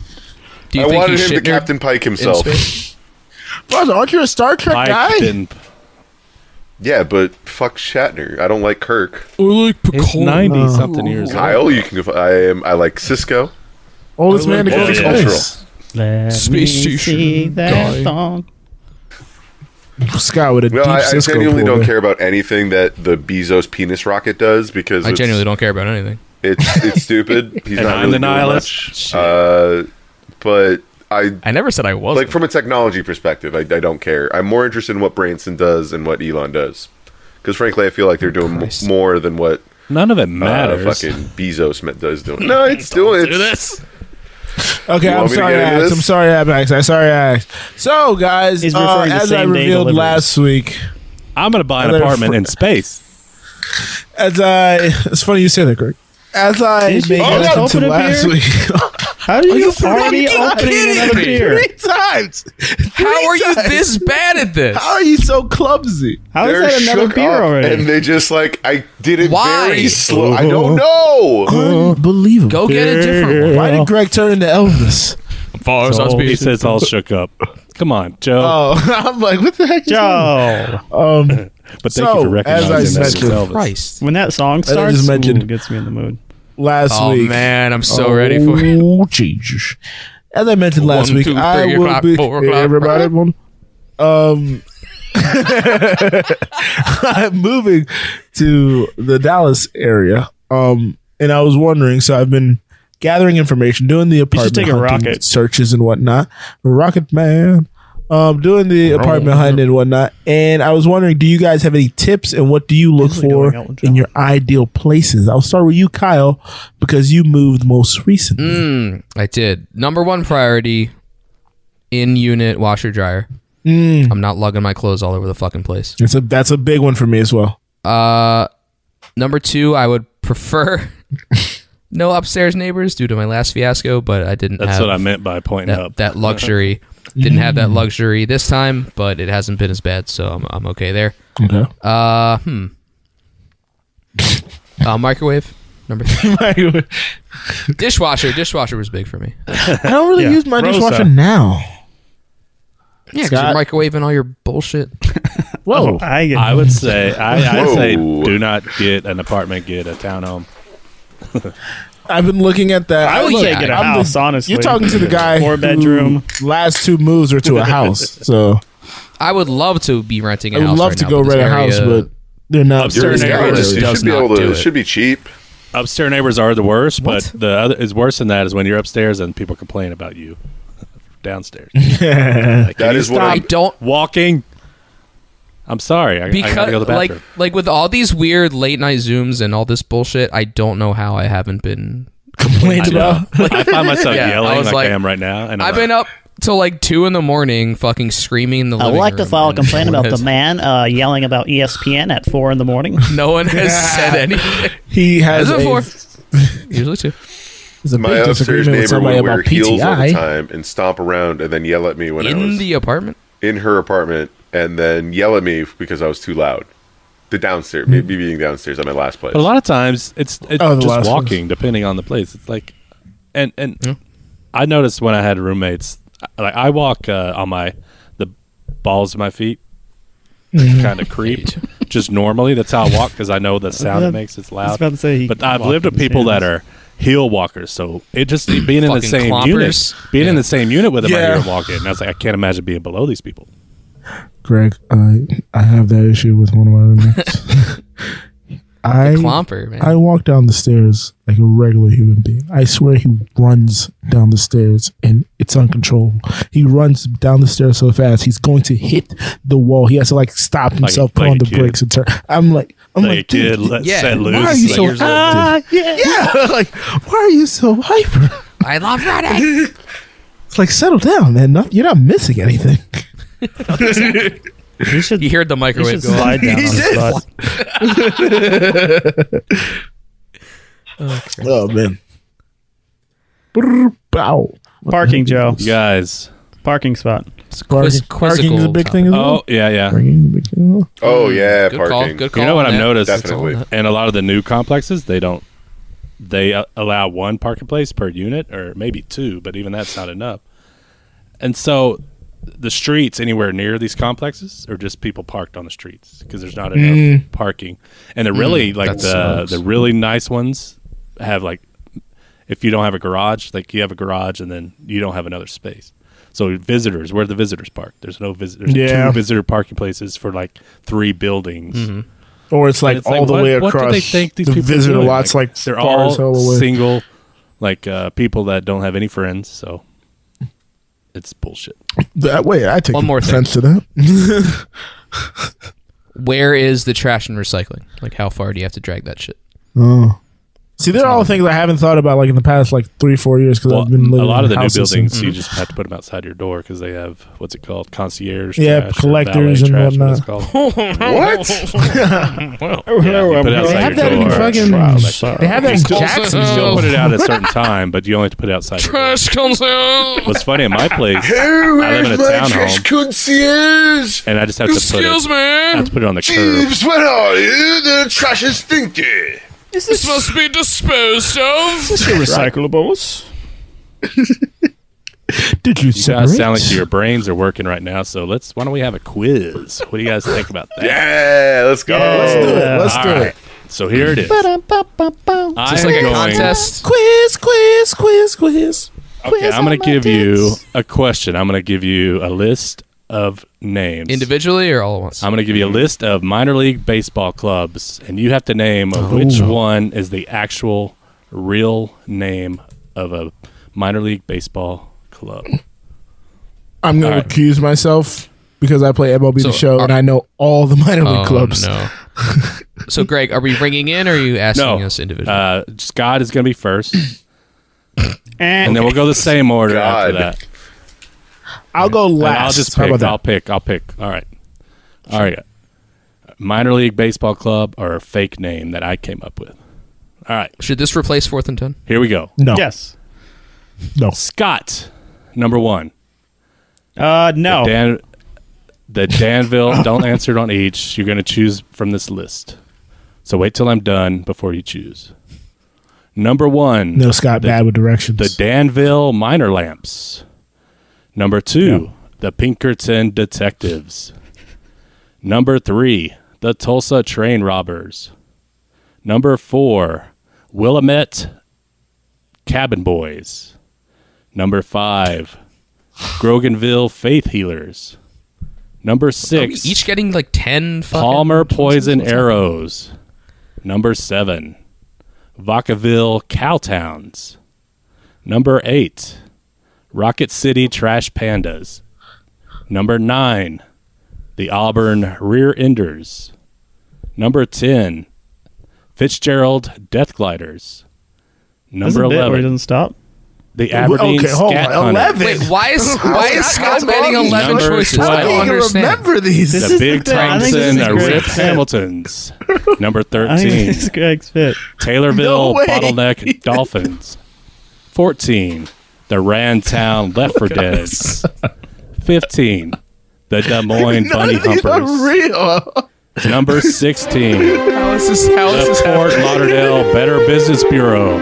Speaker 1: Do you
Speaker 9: I
Speaker 1: think
Speaker 9: wanted
Speaker 1: he
Speaker 9: him to
Speaker 1: shitted
Speaker 9: Captain Pike
Speaker 1: in
Speaker 9: himself.
Speaker 1: space?
Speaker 3: Buzz, aren't you a Star Trek
Speaker 8: Mike
Speaker 3: guy?
Speaker 8: didn't.
Speaker 9: Yeah, but fuck Shatner. I don't like Kirk.
Speaker 3: Or like
Speaker 8: It's ninety something years old.
Speaker 9: Kyle, you can. I am. I like Cisco.
Speaker 3: Oldest man to go to
Speaker 9: Yeah, yeah.
Speaker 3: space.
Speaker 2: Let
Speaker 1: Space
Speaker 2: me
Speaker 1: station
Speaker 2: see that
Speaker 1: guy.
Speaker 2: song.
Speaker 3: Scott with a
Speaker 9: Well,
Speaker 3: deep
Speaker 9: I, I
Speaker 3: Cisco
Speaker 9: genuinely
Speaker 3: pull
Speaker 9: don't
Speaker 3: there.
Speaker 9: care about anything that the Bezos penis rocket does because
Speaker 1: I
Speaker 9: it's,
Speaker 1: genuinely don't care about anything.
Speaker 9: It's it's stupid. He's
Speaker 8: And
Speaker 9: not
Speaker 8: I'm
Speaker 9: really
Speaker 8: the
Speaker 9: doing
Speaker 8: nihilist.
Speaker 9: much.
Speaker 8: Shit.
Speaker 9: Uh, but I
Speaker 1: I never said I was.
Speaker 9: like from a technology perspective, I, I don't care. I'm more interested in what Branson does and what Elon does because frankly, I feel like they're doing m-
Speaker 1: Christ.
Speaker 9: more than what
Speaker 8: None of it
Speaker 9: uh,
Speaker 8: matters.
Speaker 9: fucking Bezos ma- does doing. No, it's doing it's,
Speaker 1: this.
Speaker 3: Okay,
Speaker 9: You
Speaker 3: I'm
Speaker 9: want me to
Speaker 3: sorry,
Speaker 9: get into
Speaker 3: Ax.
Speaker 9: this?
Speaker 3: I'm sorry, Ax. I'm sorry, Ax. So, guys,
Speaker 2: He's
Speaker 3: uh,
Speaker 2: referring to
Speaker 3: as I
Speaker 2: same-day
Speaker 3: revealed
Speaker 2: deliveries.
Speaker 3: last week,
Speaker 8: I'm gonna buy an
Speaker 3: Another
Speaker 8: apartment
Speaker 3: fr-
Speaker 8: in space.
Speaker 3: as I, it's funny you say that, Greg. As I
Speaker 2: Did you
Speaker 3: made
Speaker 2: just
Speaker 3: mention
Speaker 2: open
Speaker 3: to
Speaker 2: a
Speaker 3: last
Speaker 2: beer?
Speaker 3: week,
Speaker 2: How did you already
Speaker 3: fucking
Speaker 2: open another
Speaker 3: kidding me?
Speaker 2: beer?
Speaker 3: Three times.
Speaker 1: How are you
Speaker 3: times.
Speaker 1: this bad at this?
Speaker 3: How are you so clumsy?
Speaker 2: How is
Speaker 9: they're
Speaker 2: that another
Speaker 9: shook
Speaker 2: beer
Speaker 9: up,
Speaker 2: already?
Speaker 9: and they just like I did it
Speaker 1: Why?
Speaker 9: very slow. I don't know.
Speaker 3: Unbelievable.
Speaker 1: Go get a different one.
Speaker 3: Why did Greg turn into Elvis?
Speaker 1: Follows on
Speaker 8: He
Speaker 1: speed.
Speaker 8: says all shook up. Come on,
Speaker 6: Uh,
Speaker 8: Joe.
Speaker 3: Oh, I'm like, what the heck? is
Speaker 2: Joe.
Speaker 3: that? Um,
Speaker 8: but thank
Speaker 3: so,
Speaker 8: you for
Speaker 3: as
Speaker 8: recognizing
Speaker 3: I
Speaker 8: that
Speaker 3: mentioned-
Speaker 8: it's Elvis.
Speaker 1: Christ.
Speaker 2: When that song
Speaker 3: As I
Speaker 2: starts,
Speaker 3: just mentioned-
Speaker 2: ooh, gets me in the mood.
Speaker 3: last
Speaker 1: Oh
Speaker 3: week.
Speaker 1: man, I'm so ready for it.
Speaker 3: Oh, Jesus. As I mentioned
Speaker 1: One,
Speaker 3: last week,
Speaker 1: two,
Speaker 3: I
Speaker 1: three
Speaker 3: will
Speaker 1: o'clock,
Speaker 3: be
Speaker 1: four o'clock.
Speaker 3: everybody. everyone. Um, I'm moving to the Dallas area. Um, and I was wondering, so I've been gathering information, doing the apartment
Speaker 2: take a
Speaker 3: hunting
Speaker 2: rocket.
Speaker 3: searches and whatnot. Rocket man. Um, doing the apartment hunting and whatnot, and I was wondering, do you guys have any tips and what do you look
Speaker 2: Usually
Speaker 3: for
Speaker 2: going out with
Speaker 3: in
Speaker 2: John.
Speaker 3: your ideal places? I'll start with you, Kyle, because you moved most recently.
Speaker 1: Mm, I did. Number one priority in unit washer dryer.
Speaker 3: Hmm.
Speaker 1: I'm not lugging my clothes all over the fucking place.
Speaker 3: It's a that's a big one for me as well.
Speaker 1: Uh, number two, I would prefer no upstairs neighbors due to my last fiasco, but I didn't
Speaker 8: That's
Speaker 1: have
Speaker 8: what I meant by pointing
Speaker 1: that,
Speaker 8: up.
Speaker 1: that luxury. didn't have that luxury this time, but it hasn't been as bad, so I'm, I'm okay there.
Speaker 3: Okay.
Speaker 1: Uh, hmm. Uh, microwave, number three.
Speaker 3: I
Speaker 1: dishwasher. Dishwasher was big for me.
Speaker 3: don't really
Speaker 8: Yeah.
Speaker 3: use my
Speaker 8: Rosa.
Speaker 3: dishwasher now.
Speaker 1: Yeah, 'cause
Speaker 3: Scott?
Speaker 1: you're microwaving all your bullshit.
Speaker 3: Whoa.
Speaker 2: I get
Speaker 8: I would say I, I say
Speaker 9: Whoa.
Speaker 8: do not get an apartment, get a townhome.
Speaker 3: I've been looking at that.
Speaker 1: I would
Speaker 3: look,
Speaker 1: say get
Speaker 2: a
Speaker 3: I'm
Speaker 2: house, honestly.
Speaker 3: You're talking to the guy
Speaker 2: Four
Speaker 3: who
Speaker 2: bedroom.
Speaker 3: last two moves are to a house. So
Speaker 1: I would love to be renting. a
Speaker 3: I would
Speaker 1: house
Speaker 3: love
Speaker 1: right
Speaker 3: to
Speaker 1: now,
Speaker 3: go
Speaker 1: but this
Speaker 3: rent a
Speaker 1: area-
Speaker 3: house, but they're not.
Speaker 8: Upstairs
Speaker 3: they're
Speaker 8: area
Speaker 3: not
Speaker 8: is
Speaker 3: really-
Speaker 9: You
Speaker 1: does
Speaker 9: should be
Speaker 1: not
Speaker 9: able
Speaker 1: do
Speaker 9: to.
Speaker 1: it.
Speaker 9: It should be cheap.
Speaker 8: Upstairs neighbors are the worst,
Speaker 1: What?
Speaker 8: but the other is worse than that is when you're upstairs and people complain about you downstairs. Like,
Speaker 9: That is what
Speaker 1: I
Speaker 9: I'm
Speaker 1: don't
Speaker 8: walking. I'm sorry. I, I gotta
Speaker 1: because
Speaker 8: go to the
Speaker 1: like
Speaker 8: bathroom.
Speaker 1: like with all these weird late night zooms and all this bullshit. I don't know how I haven't been.
Speaker 3: complained about.
Speaker 8: I find myself
Speaker 1: Yeah, I
Speaker 8: yelling
Speaker 1: was
Speaker 8: like,
Speaker 1: like-
Speaker 8: I am right now. And I'm
Speaker 1: I've
Speaker 8: like,
Speaker 1: been up till like two in the morning, fucking screaming in the.
Speaker 10: I
Speaker 1: living
Speaker 10: like to
Speaker 1: room,
Speaker 10: file a
Speaker 1: and
Speaker 10: complaint
Speaker 1: no
Speaker 10: about the
Speaker 1: one has-
Speaker 10: man uh, yelling about
Speaker 2: E
Speaker 10: ESPN at four in the morning.
Speaker 1: No one has said anything.
Speaker 3: He has
Speaker 1: As
Speaker 3: a,
Speaker 1: before, usually two.
Speaker 3: is a
Speaker 9: My
Speaker 3: big
Speaker 9: upstairs
Speaker 3: disagreement with
Speaker 9: neighbor
Speaker 3: somebody
Speaker 9: would
Speaker 3: about
Speaker 9: wear heels all the
Speaker 3: PTI.
Speaker 9: time and stomp around and then yell at me when I
Speaker 1: in
Speaker 9: was
Speaker 1: the apartment.
Speaker 9: in her apartment and then yell at me because I was too loud. The downstairs, me, me being downstairs at my last place.
Speaker 8: But a lot of times it's it's
Speaker 3: Oh, the last
Speaker 8: just
Speaker 3: ones.
Speaker 8: walking, depending on the place. It's like, and and I noticed when I had roommates, I- like I walk uh, on my the balls of my feet,
Speaker 2: Mm-hmm.
Speaker 8: kind of creeped. just normally, that's how I walk because I know the sound it makes. It's
Speaker 2: I was
Speaker 8: loud.
Speaker 2: about to say he
Speaker 8: But
Speaker 2: can
Speaker 8: I've
Speaker 2: walk
Speaker 8: lived
Speaker 2: with
Speaker 8: with
Speaker 2: his
Speaker 8: people that
Speaker 2: hands.
Speaker 8: are heel walkers, so it just being in the
Speaker 1: Fucking
Speaker 8: same
Speaker 1: clompers.
Speaker 8: unit, being in
Speaker 1: Yeah.
Speaker 8: the same unit with them, I hear
Speaker 3: Yeah.
Speaker 8: them walking, and I was like, I can't imagine being below these people.
Speaker 3: Greg, I I have that issue with one of my roommates. I
Speaker 1: Clomper, man.
Speaker 3: I walk down the stairs like a regular human being. I swear he runs down the stairs and it's uncontrollable. He runs down the stairs so fast he's going to hit the wall. He has to like stop himself, put
Speaker 8: like
Speaker 3: on
Speaker 8: a
Speaker 3: the
Speaker 8: kid.
Speaker 3: brakes and turn. I'm like, I'm
Speaker 8: Like,
Speaker 3: like,
Speaker 8: a kid,
Speaker 3: dude,
Speaker 8: let,
Speaker 1: yeah.
Speaker 8: set
Speaker 1: Why
Speaker 8: loose.
Speaker 3: why are you
Speaker 8: like,
Speaker 3: so
Speaker 8: years old.
Speaker 3: ah, yeah. yeah, like why are you so hyper?
Speaker 1: I love running.
Speaker 3: It's like settle down, man. Not, you're not missing anything.
Speaker 2: You should,
Speaker 1: You
Speaker 2: you
Speaker 1: heard the microwave
Speaker 2: should
Speaker 1: go. off.
Speaker 2: slide down on his butt.
Speaker 3: Oh man. Bow.
Speaker 2: Parking, Joe.
Speaker 8: guys.
Speaker 2: Parking spot.
Speaker 1: It's
Speaker 3: Parking,
Speaker 1: quiz-
Speaker 3: parking is a
Speaker 1: quizzical
Speaker 3: big
Speaker 1: time.
Speaker 3: thing as well.
Speaker 8: Oh yeah, yeah.
Speaker 3: Parking is a big thing as well.
Speaker 9: oh yeah,
Speaker 1: Good call.
Speaker 9: parking.
Speaker 1: Good call.
Speaker 8: You know what
Speaker 1: on
Speaker 8: I've
Speaker 1: that.
Speaker 8: noticed?
Speaker 1: Good call on
Speaker 9: Definitely.
Speaker 1: that.
Speaker 8: and a lot of the new complexes they don't they uh, allow one parking place per unit or maybe two but even that's not enough and so the streets anywhere near these complexes are just people parked on the streets because there's not enough parking and the really like
Speaker 1: Mm. that
Speaker 8: the
Speaker 1: sucks.
Speaker 8: the really nice ones have like if you don't have a garage, like you have a garage and then you don't have another space. So visitors, where the visitors park? There's no visit. There's
Speaker 3: Yeah.
Speaker 8: two visitor parking places for like three buildings.
Speaker 3: Or it's like
Speaker 8: And it's
Speaker 3: all
Speaker 8: like,
Speaker 3: the
Speaker 8: what-
Speaker 3: way
Speaker 8: what
Speaker 3: across.
Speaker 8: do they think these
Speaker 3: the
Speaker 8: people are
Speaker 3: visitor
Speaker 8: doing?
Speaker 3: lots, like,
Speaker 8: they're
Speaker 3: far
Speaker 8: all
Speaker 3: as hell away.
Speaker 8: single, like uh, people that don't have any friends. So it's bullshit.
Speaker 3: That way, I take
Speaker 1: One more thing.
Speaker 3: offense to that.
Speaker 1: Where is the trash and recycling? Like, how far do you have to drag that shit?
Speaker 3: oh. See, they're all things I haven't thought about like in the past like three, four years because
Speaker 8: Well,
Speaker 3: I've been
Speaker 8: a
Speaker 3: living in
Speaker 8: lot of the new
Speaker 3: houses
Speaker 8: buildings,
Speaker 3: and-
Speaker 8: you just have to put them outside your door because they have what's it called, concierge,
Speaker 3: Yeah,
Speaker 8: trash, or
Speaker 3: collectors
Speaker 8: valet
Speaker 3: and
Speaker 8: trash, what it's
Speaker 3: whatnot.
Speaker 8: called.
Speaker 2: Hello,
Speaker 8: you
Speaker 2: I'm
Speaker 8: put
Speaker 2: here.
Speaker 8: it outside
Speaker 3: They have
Speaker 8: your
Speaker 3: that in
Speaker 8: door.
Speaker 3: fucking.
Speaker 8: Wow, like-
Speaker 3: they have that in
Speaker 8: You still-
Speaker 3: Jackson.
Speaker 8: You still put it out at a certain
Speaker 3: time.
Speaker 8: time, but you only have to put it outside. your door.
Speaker 1: Trash comes out.
Speaker 8: What's funny at my place, I live in a townhome,
Speaker 9: concierge?
Speaker 8: and I just have to put it.
Speaker 1: Excuse me.
Speaker 8: I have to put it on the curb.
Speaker 9: where are you? The trash is stinky.
Speaker 1: This must be disposed of.
Speaker 2: recyclables.
Speaker 3: Did you
Speaker 8: You guys
Speaker 3: separate?
Speaker 8: sound like your brains are working right now, so let's. Why don't we have a quiz? What do you guys think about that?
Speaker 9: Yeah, Eh, let's go.
Speaker 3: Let's do it. Let's
Speaker 8: All
Speaker 3: do
Speaker 8: right.
Speaker 3: it.
Speaker 8: So here it
Speaker 1: Is
Speaker 8: is.
Speaker 1: this
Speaker 8: I am
Speaker 1: like a
Speaker 8: going-
Speaker 1: contest?
Speaker 3: Quiz, quiz, quiz, quiz.
Speaker 8: Okay, I'm going to give you a question. I'm going to give you a list of names.
Speaker 1: Individually or all at once?
Speaker 8: I'm going to give you a list of minor league baseball clubs, and you have to name which one is the actual real name of a minor league baseball club.
Speaker 3: I'm gonna
Speaker 8: All right.
Speaker 3: accuse myself because I play MLB
Speaker 1: So,
Speaker 3: the Show
Speaker 1: are-
Speaker 3: and I know all the minor league
Speaker 1: Oh,
Speaker 3: clubs.
Speaker 1: no. so, Greg, are we ringing in or are you asking
Speaker 8: No,
Speaker 1: us individually?
Speaker 8: uh, Scott is going to be first, and
Speaker 2: And
Speaker 8: then we'll go the same order after
Speaker 9: God.
Speaker 8: that.
Speaker 3: I'll go
Speaker 8: And
Speaker 3: last.
Speaker 8: I'll just
Speaker 3: How
Speaker 8: pick.
Speaker 3: about that?
Speaker 8: I'll pick. I'll pick. All right. All right. Minor league baseball club or a fake name that I came up with. All right.
Speaker 1: Should this replace fourth and ten?
Speaker 8: Here we go.
Speaker 3: no,
Speaker 2: yes.
Speaker 3: no.
Speaker 8: Scott, number one.
Speaker 2: Uh, no.
Speaker 8: Dan, the Danville. don't answer it on each. You're going to choose from this list. So wait till I'm done before you choose. Number one.
Speaker 3: No, Scott, bad with directions.
Speaker 8: The Danville Minor Lamps. Number two, the Pinkerton Detectives. Number three, the Tulsa Train Robbers. Number four, Willamette Cabin Boys. Number five, Groganville Faith Healers. Number
Speaker 1: Are we
Speaker 8: six,
Speaker 1: each getting like ten fucking
Speaker 8: Palmer Poison
Speaker 1: What's happening?
Speaker 8: Arrows. Number seven, Vacaville Cowtowns. Number eight, Rocket City Trash Pandas. Number nine, the Auburn Rear Enders. Number ten, Fitzgerald Death Gliders.
Speaker 2: There's a
Speaker 8: Number
Speaker 2: bit where it
Speaker 8: eleven,
Speaker 2: doesn't stop.
Speaker 8: the Aberdeen
Speaker 3: okay, hold
Speaker 8: Scat
Speaker 3: on.
Speaker 8: Hunters.
Speaker 3: Eleven.
Speaker 1: Wait, why is why is Scott betting
Speaker 3: Number
Speaker 1: eleven choices? I
Speaker 3: I
Speaker 1: don't
Speaker 3: can't even
Speaker 1: understand.
Speaker 3: remember these.
Speaker 2: This
Speaker 8: the
Speaker 2: is
Speaker 8: Big
Speaker 2: the bit- I think this
Speaker 8: Thompson
Speaker 2: is
Speaker 8: uh,
Speaker 2: great.
Speaker 8: Rip Hamiltons. Number
Speaker 2: I think
Speaker 8: 13,
Speaker 2: this is Greg's fit.
Speaker 8: Taylorville
Speaker 3: No way.
Speaker 8: Bottleneck Dolphins. 14. The Rantown Left for Dead. 15. The Des Moines Bunny
Speaker 3: these
Speaker 8: Humpers.
Speaker 3: are real.
Speaker 8: Number 16.
Speaker 1: How is this? How is
Speaker 8: The
Speaker 1: this?
Speaker 8: Fort Lauderdale Better Business Bureau.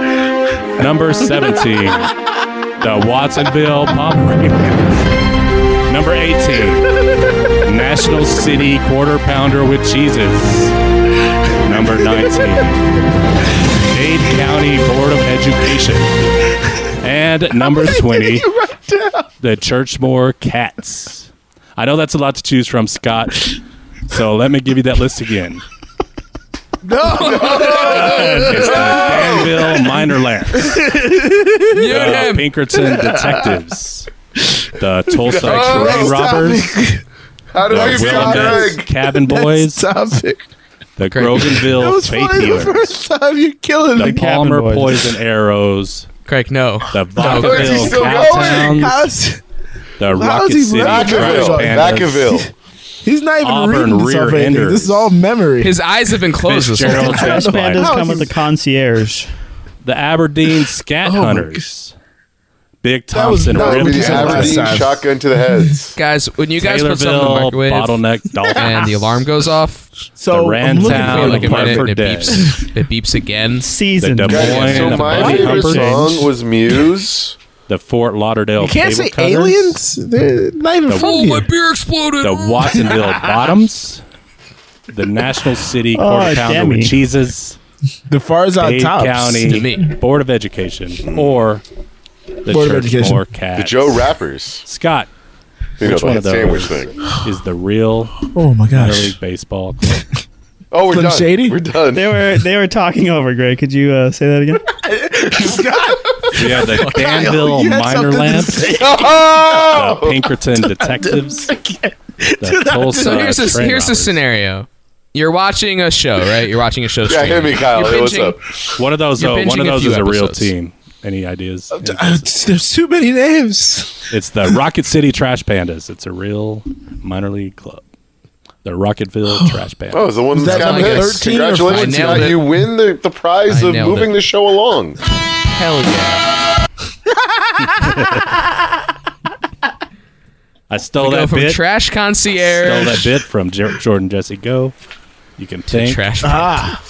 Speaker 8: Number 17. The Watsonville Pomeranians. Number 18. National City Quarter Pounder with Cheeses. Number 19, Dade County Board of Education. And number 20, the Churchmore Cats. I know that's a lot to choose from, Scott. So let me give you that list again. No, it's the Danville Minor Lamps,
Speaker 1: Mute
Speaker 8: the
Speaker 1: him.
Speaker 8: Pinkerton Detectives, the Tulsa
Speaker 3: Oh,
Speaker 8: Train Robbers,
Speaker 9: How did
Speaker 8: the
Speaker 9: we feel,
Speaker 8: Willamette
Speaker 9: Greg?
Speaker 8: Cabin Boys,
Speaker 3: Topic.
Speaker 8: the
Speaker 1: Greg.
Speaker 3: That
Speaker 8: Groganville
Speaker 3: was
Speaker 8: Faith
Speaker 3: funny the
Speaker 8: Healers,
Speaker 3: first time. You're killing
Speaker 8: the
Speaker 3: me.
Speaker 2: Cabin
Speaker 8: Palmer
Speaker 2: Boys.
Speaker 8: Poison Arrows,
Speaker 1: Craig, no.
Speaker 8: the
Speaker 9: where's he
Speaker 8: Vacaville
Speaker 9: still
Speaker 8: Cowtowns,
Speaker 3: How's-
Speaker 8: the
Speaker 3: how's
Speaker 8: Rocket
Speaker 3: he
Speaker 8: City Trash
Speaker 3: laughing? Vacaville,
Speaker 8: Pandas,
Speaker 9: Vacaville.
Speaker 3: He's not even
Speaker 8: Auburn
Speaker 3: reading this off
Speaker 8: rear
Speaker 3: anything.
Speaker 8: enders.
Speaker 3: This is all memory.
Speaker 1: His eyes have been closed this whole
Speaker 8: Fitzgerald
Speaker 1: time.
Speaker 8: Trash
Speaker 2: Those pandas
Speaker 8: Pandas,
Speaker 2: come with a concierge.
Speaker 8: the Aberdeen Scat Hunters, Big
Speaker 3: was-
Speaker 8: Thompson
Speaker 3: Oh that
Speaker 8: Rip
Speaker 3: would
Speaker 9: The
Speaker 3: be
Speaker 8: Hamilton,
Speaker 3: Aberdeen
Speaker 9: Aberdeen shotgun to the heads.
Speaker 1: Guys, when you guys put something in the
Speaker 8: Taylorville
Speaker 1: microwave
Speaker 8: Bottleneck
Speaker 1: and
Speaker 8: Dolphins,
Speaker 1: the alarm goes off,
Speaker 3: so I'm looking
Speaker 8: Rantown
Speaker 1: for
Speaker 3: for
Speaker 1: like a
Speaker 8: Apart
Speaker 1: minute,
Speaker 8: for
Speaker 1: and it
Speaker 8: dead.
Speaker 1: beeps. It beeps again.
Speaker 2: Seasoned.
Speaker 8: The Des
Speaker 9: Guys,
Speaker 8: Moines
Speaker 9: so
Speaker 8: and
Speaker 9: my
Speaker 8: Bunny
Speaker 9: favorite
Speaker 8: Humpers.
Speaker 9: song was Muse.
Speaker 8: the Fort Lauderdale
Speaker 3: You can't
Speaker 8: Cable
Speaker 3: say
Speaker 8: Cutters,
Speaker 3: aliens. They're not even from
Speaker 1: Oh, my
Speaker 3: here.
Speaker 1: beer exploded.
Speaker 8: the Watsonville Bottoms, the National City Quarter Pounder
Speaker 2: Demi.
Speaker 8: with Cheeses,
Speaker 3: The Farzad
Speaker 8: Dade
Speaker 3: Oh, Uh, tops.
Speaker 8: County
Speaker 3: To me.
Speaker 8: Board of Education or the
Speaker 3: Board of
Speaker 8: Church
Speaker 3: Education.
Speaker 8: More Cats.
Speaker 9: The Joe Rappers.
Speaker 8: Scott.
Speaker 9: You know,
Speaker 8: which
Speaker 9: the
Speaker 8: one of those
Speaker 9: sandwich thing.
Speaker 8: is the real
Speaker 3: Oh my gosh.
Speaker 8: Minor League Baseball club?
Speaker 9: Oh,
Speaker 3: Slim Shady?
Speaker 9: We're done.
Speaker 2: They were they were talking over Greg. Could you uh, say that again?
Speaker 8: We have the
Speaker 3: Kyle,
Speaker 8: Danville
Speaker 3: you had
Speaker 8: Minor
Speaker 3: something to
Speaker 8: Lamps,
Speaker 3: say.
Speaker 9: Oh,
Speaker 8: the Pinkerton Detectives, the Tulsa
Speaker 1: So here's a,
Speaker 8: Train
Speaker 1: here's a
Speaker 8: Robbers.
Speaker 1: scenario. You're watching a show, right? You're watching a show.
Speaker 9: Yeah, hit
Speaker 1: streaming.
Speaker 9: me, Kyle.
Speaker 1: You're
Speaker 9: Hey, what's
Speaker 1: binging-
Speaker 9: up?
Speaker 8: One of those,
Speaker 1: You're
Speaker 8: though, one
Speaker 1: binging
Speaker 8: of
Speaker 1: a
Speaker 8: those
Speaker 1: few
Speaker 8: is a real
Speaker 1: episodes.
Speaker 8: team. Any ideas?
Speaker 3: Uh, There's too many names.
Speaker 8: It's the Rocket City Trash Pandas. It's a real minor league club. The Rocketville Trash Pandas.
Speaker 9: Oh, it's the one
Speaker 3: Was
Speaker 9: that's
Speaker 3: that
Speaker 9: got
Speaker 3: like a
Speaker 9: hits.
Speaker 3: 13 or
Speaker 1: 14?
Speaker 9: Congratulations,
Speaker 1: I
Speaker 9: Scott.
Speaker 1: nailed
Speaker 9: You
Speaker 1: it.
Speaker 9: win the, the prize
Speaker 1: I
Speaker 9: of
Speaker 1: nailed
Speaker 9: moving
Speaker 1: it.
Speaker 9: the show along.
Speaker 1: Hell yeah!
Speaker 8: I stole
Speaker 1: Go
Speaker 8: that
Speaker 1: from
Speaker 8: bit.
Speaker 1: trash
Speaker 8: stole
Speaker 1: concierge
Speaker 8: that bit from Jer- Jordan Jesse Go. You can
Speaker 1: to
Speaker 8: thank
Speaker 1: trash.
Speaker 3: Ah,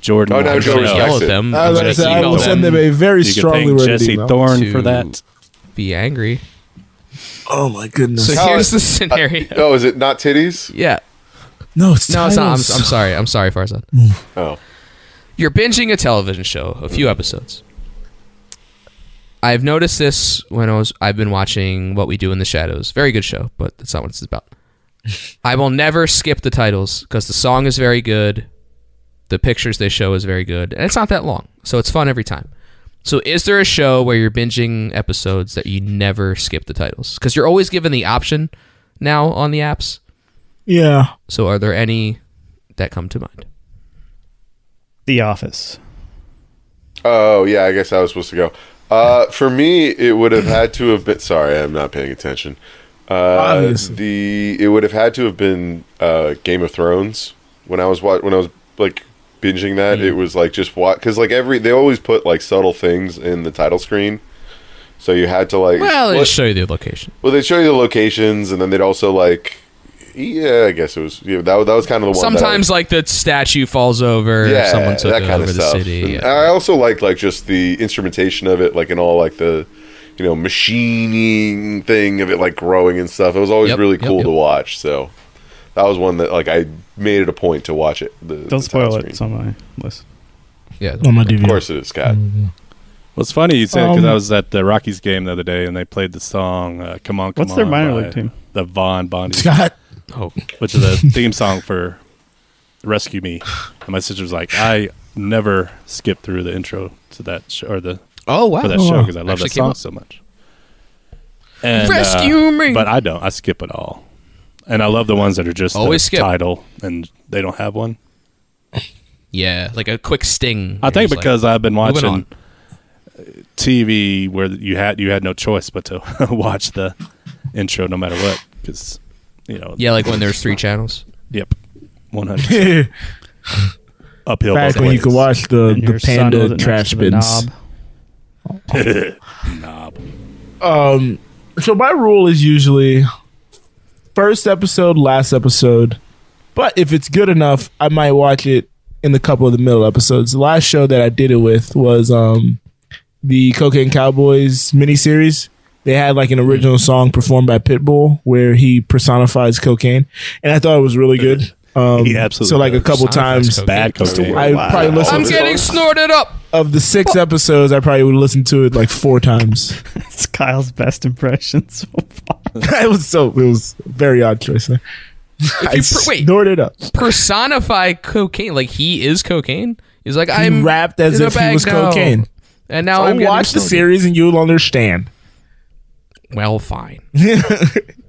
Speaker 8: Jordan.
Speaker 9: Oh, now
Speaker 8: Washington.
Speaker 9: Joe
Speaker 1: I'm gonna
Speaker 9: respects
Speaker 1: yell at
Speaker 9: it.
Speaker 1: them.
Speaker 3: I,
Speaker 1: I'm
Speaker 3: was
Speaker 1: gonna
Speaker 3: gonna say, I
Speaker 1: email
Speaker 3: will send them
Speaker 1: them.
Speaker 3: a very
Speaker 8: You can
Speaker 3: strongly
Speaker 8: thank
Speaker 3: worded
Speaker 8: Jesse
Speaker 3: email.
Speaker 8: Thorne
Speaker 1: to-
Speaker 8: for that.
Speaker 1: Be angry.
Speaker 3: Oh my goodness.
Speaker 1: So
Speaker 9: How-
Speaker 1: here's the scenario.
Speaker 9: Oh, is it not titties?
Speaker 1: Yeah.
Speaker 3: no, it's
Speaker 1: No, it's not. I'm, I'm
Speaker 3: titles.
Speaker 1: sorry. I'm sorry, Farzad.
Speaker 9: Oh.
Speaker 1: You're binging a television show, a few episodes. I've noticed this when I was I've been watching What We Do in the Shadows. Very good show, but that's not what it's about. I will never skip the titles because the song is very good. The pictures they show is very good. And it's not that long. So it's fun every time. So is there a show where you're binging episodes that you never skip the titles? Because you're always given the option now on the apps.
Speaker 3: Yeah.
Speaker 1: So are there any that come to mind?
Speaker 2: The Office.
Speaker 9: Oh, yeah. I guess I was supposed to go. Uh, for me, it would have had to have been. Sorry, I'm not paying attention. Uh,
Speaker 3: Obviously.
Speaker 9: the it would have had to have been uh, Game of Thrones when I was wa- when I was like binging that. It was like just what because like every they always put like subtle things in the title screen, so you had to like
Speaker 1: Well,
Speaker 9: Well,
Speaker 1: let's show you the location.
Speaker 9: Well, they'd show you the locations, and then they'd also like, yeah, I guess it was yeah, that. was- That was kind of the one. that I
Speaker 1: Sometimes,
Speaker 9: was-
Speaker 1: like the statue falls over, someone took it over the city.
Speaker 9: And uh,
Speaker 1: yeah.
Speaker 9: I also like like just the instrumentation of it, like and all like the, you know, machining thing of it, like growing and stuff. It was always
Speaker 1: Yep,
Speaker 9: really
Speaker 1: yep,
Speaker 9: cool
Speaker 1: yep.
Speaker 9: to watch. So that was one that like I made it a point to watch it. The,
Speaker 2: Don't
Speaker 9: the title
Speaker 2: spoil it.
Speaker 9: screen.
Speaker 2: It's on my list.
Speaker 1: yeah.
Speaker 3: On Oh my DVR.
Speaker 9: Of course it is, Scott.
Speaker 1: Mm-hmm.
Speaker 8: Well, it's funny you said because
Speaker 3: Um,
Speaker 8: I was at the Rockies game the other day and they played the song uh, "Come On, Come
Speaker 2: What's their
Speaker 8: On"
Speaker 2: minor
Speaker 8: by
Speaker 2: league team?
Speaker 8: The Von Bondi
Speaker 3: Scott.
Speaker 1: Oh,
Speaker 8: which is the theme song for "Rescue Me." And my sister was like, "I never skip through the intro to that show or the
Speaker 1: oh wow.
Speaker 8: for that show because I love
Speaker 1: Actually
Speaker 8: that
Speaker 1: came
Speaker 8: song
Speaker 1: up.
Speaker 8: so much." And, uh,
Speaker 1: Rescue me.
Speaker 8: But I don't. I skip it all, and I love the ones that are just
Speaker 1: Always
Speaker 8: the
Speaker 1: skip.
Speaker 8: title and they don't have one.
Speaker 1: Yeah, like a quick sting.
Speaker 8: I think because I've been
Speaker 1: moving
Speaker 8: watching TV where you had you had no choice but to watch the intro no matter what because you know
Speaker 1: yeah, like when there's three channels.
Speaker 8: yep one hundred
Speaker 3: Back
Speaker 8: uphill both
Speaker 3: when you
Speaker 8: ways.
Speaker 3: could watch the,
Speaker 2: And
Speaker 3: the
Speaker 2: your son
Speaker 3: panda
Speaker 2: wasn't next
Speaker 3: trash
Speaker 2: to the
Speaker 3: bins.
Speaker 2: knob.
Speaker 8: knob.
Speaker 3: Um, so my rule is usually first episode, last episode. But if it's good enough, I might watch it in the couple of the middle episodes. The last show that I did it with was um the Cocaine Cowboys miniseries. They had like an original song performed by Pitbull where he personifies cocaine, and I thought it was really good. Um,
Speaker 8: He absolutely
Speaker 3: so like a couple
Speaker 1: does. Personifies
Speaker 3: times.
Speaker 1: cocaine.
Speaker 8: Bad cocaine.
Speaker 3: I probably
Speaker 1: I'm
Speaker 3: listened to,
Speaker 1: getting snorted up.
Speaker 3: of the six episodes. I probably would listen to it like four times.
Speaker 2: It's Kyle's best impression so far.
Speaker 3: it was so it was a very odd choice. I
Speaker 1: you pr- wait.
Speaker 3: snored it up.
Speaker 1: Personify cocaine. Like he is cocaine. He's like
Speaker 3: He
Speaker 1: I'm
Speaker 3: rapped as
Speaker 1: in a
Speaker 3: if he
Speaker 1: bag
Speaker 3: was
Speaker 1: now,
Speaker 3: cocaine.
Speaker 1: and now
Speaker 3: Oh,
Speaker 1: I'm getting
Speaker 3: watch the
Speaker 1: snorted."
Speaker 3: series and you'll understand.
Speaker 1: Well, fine.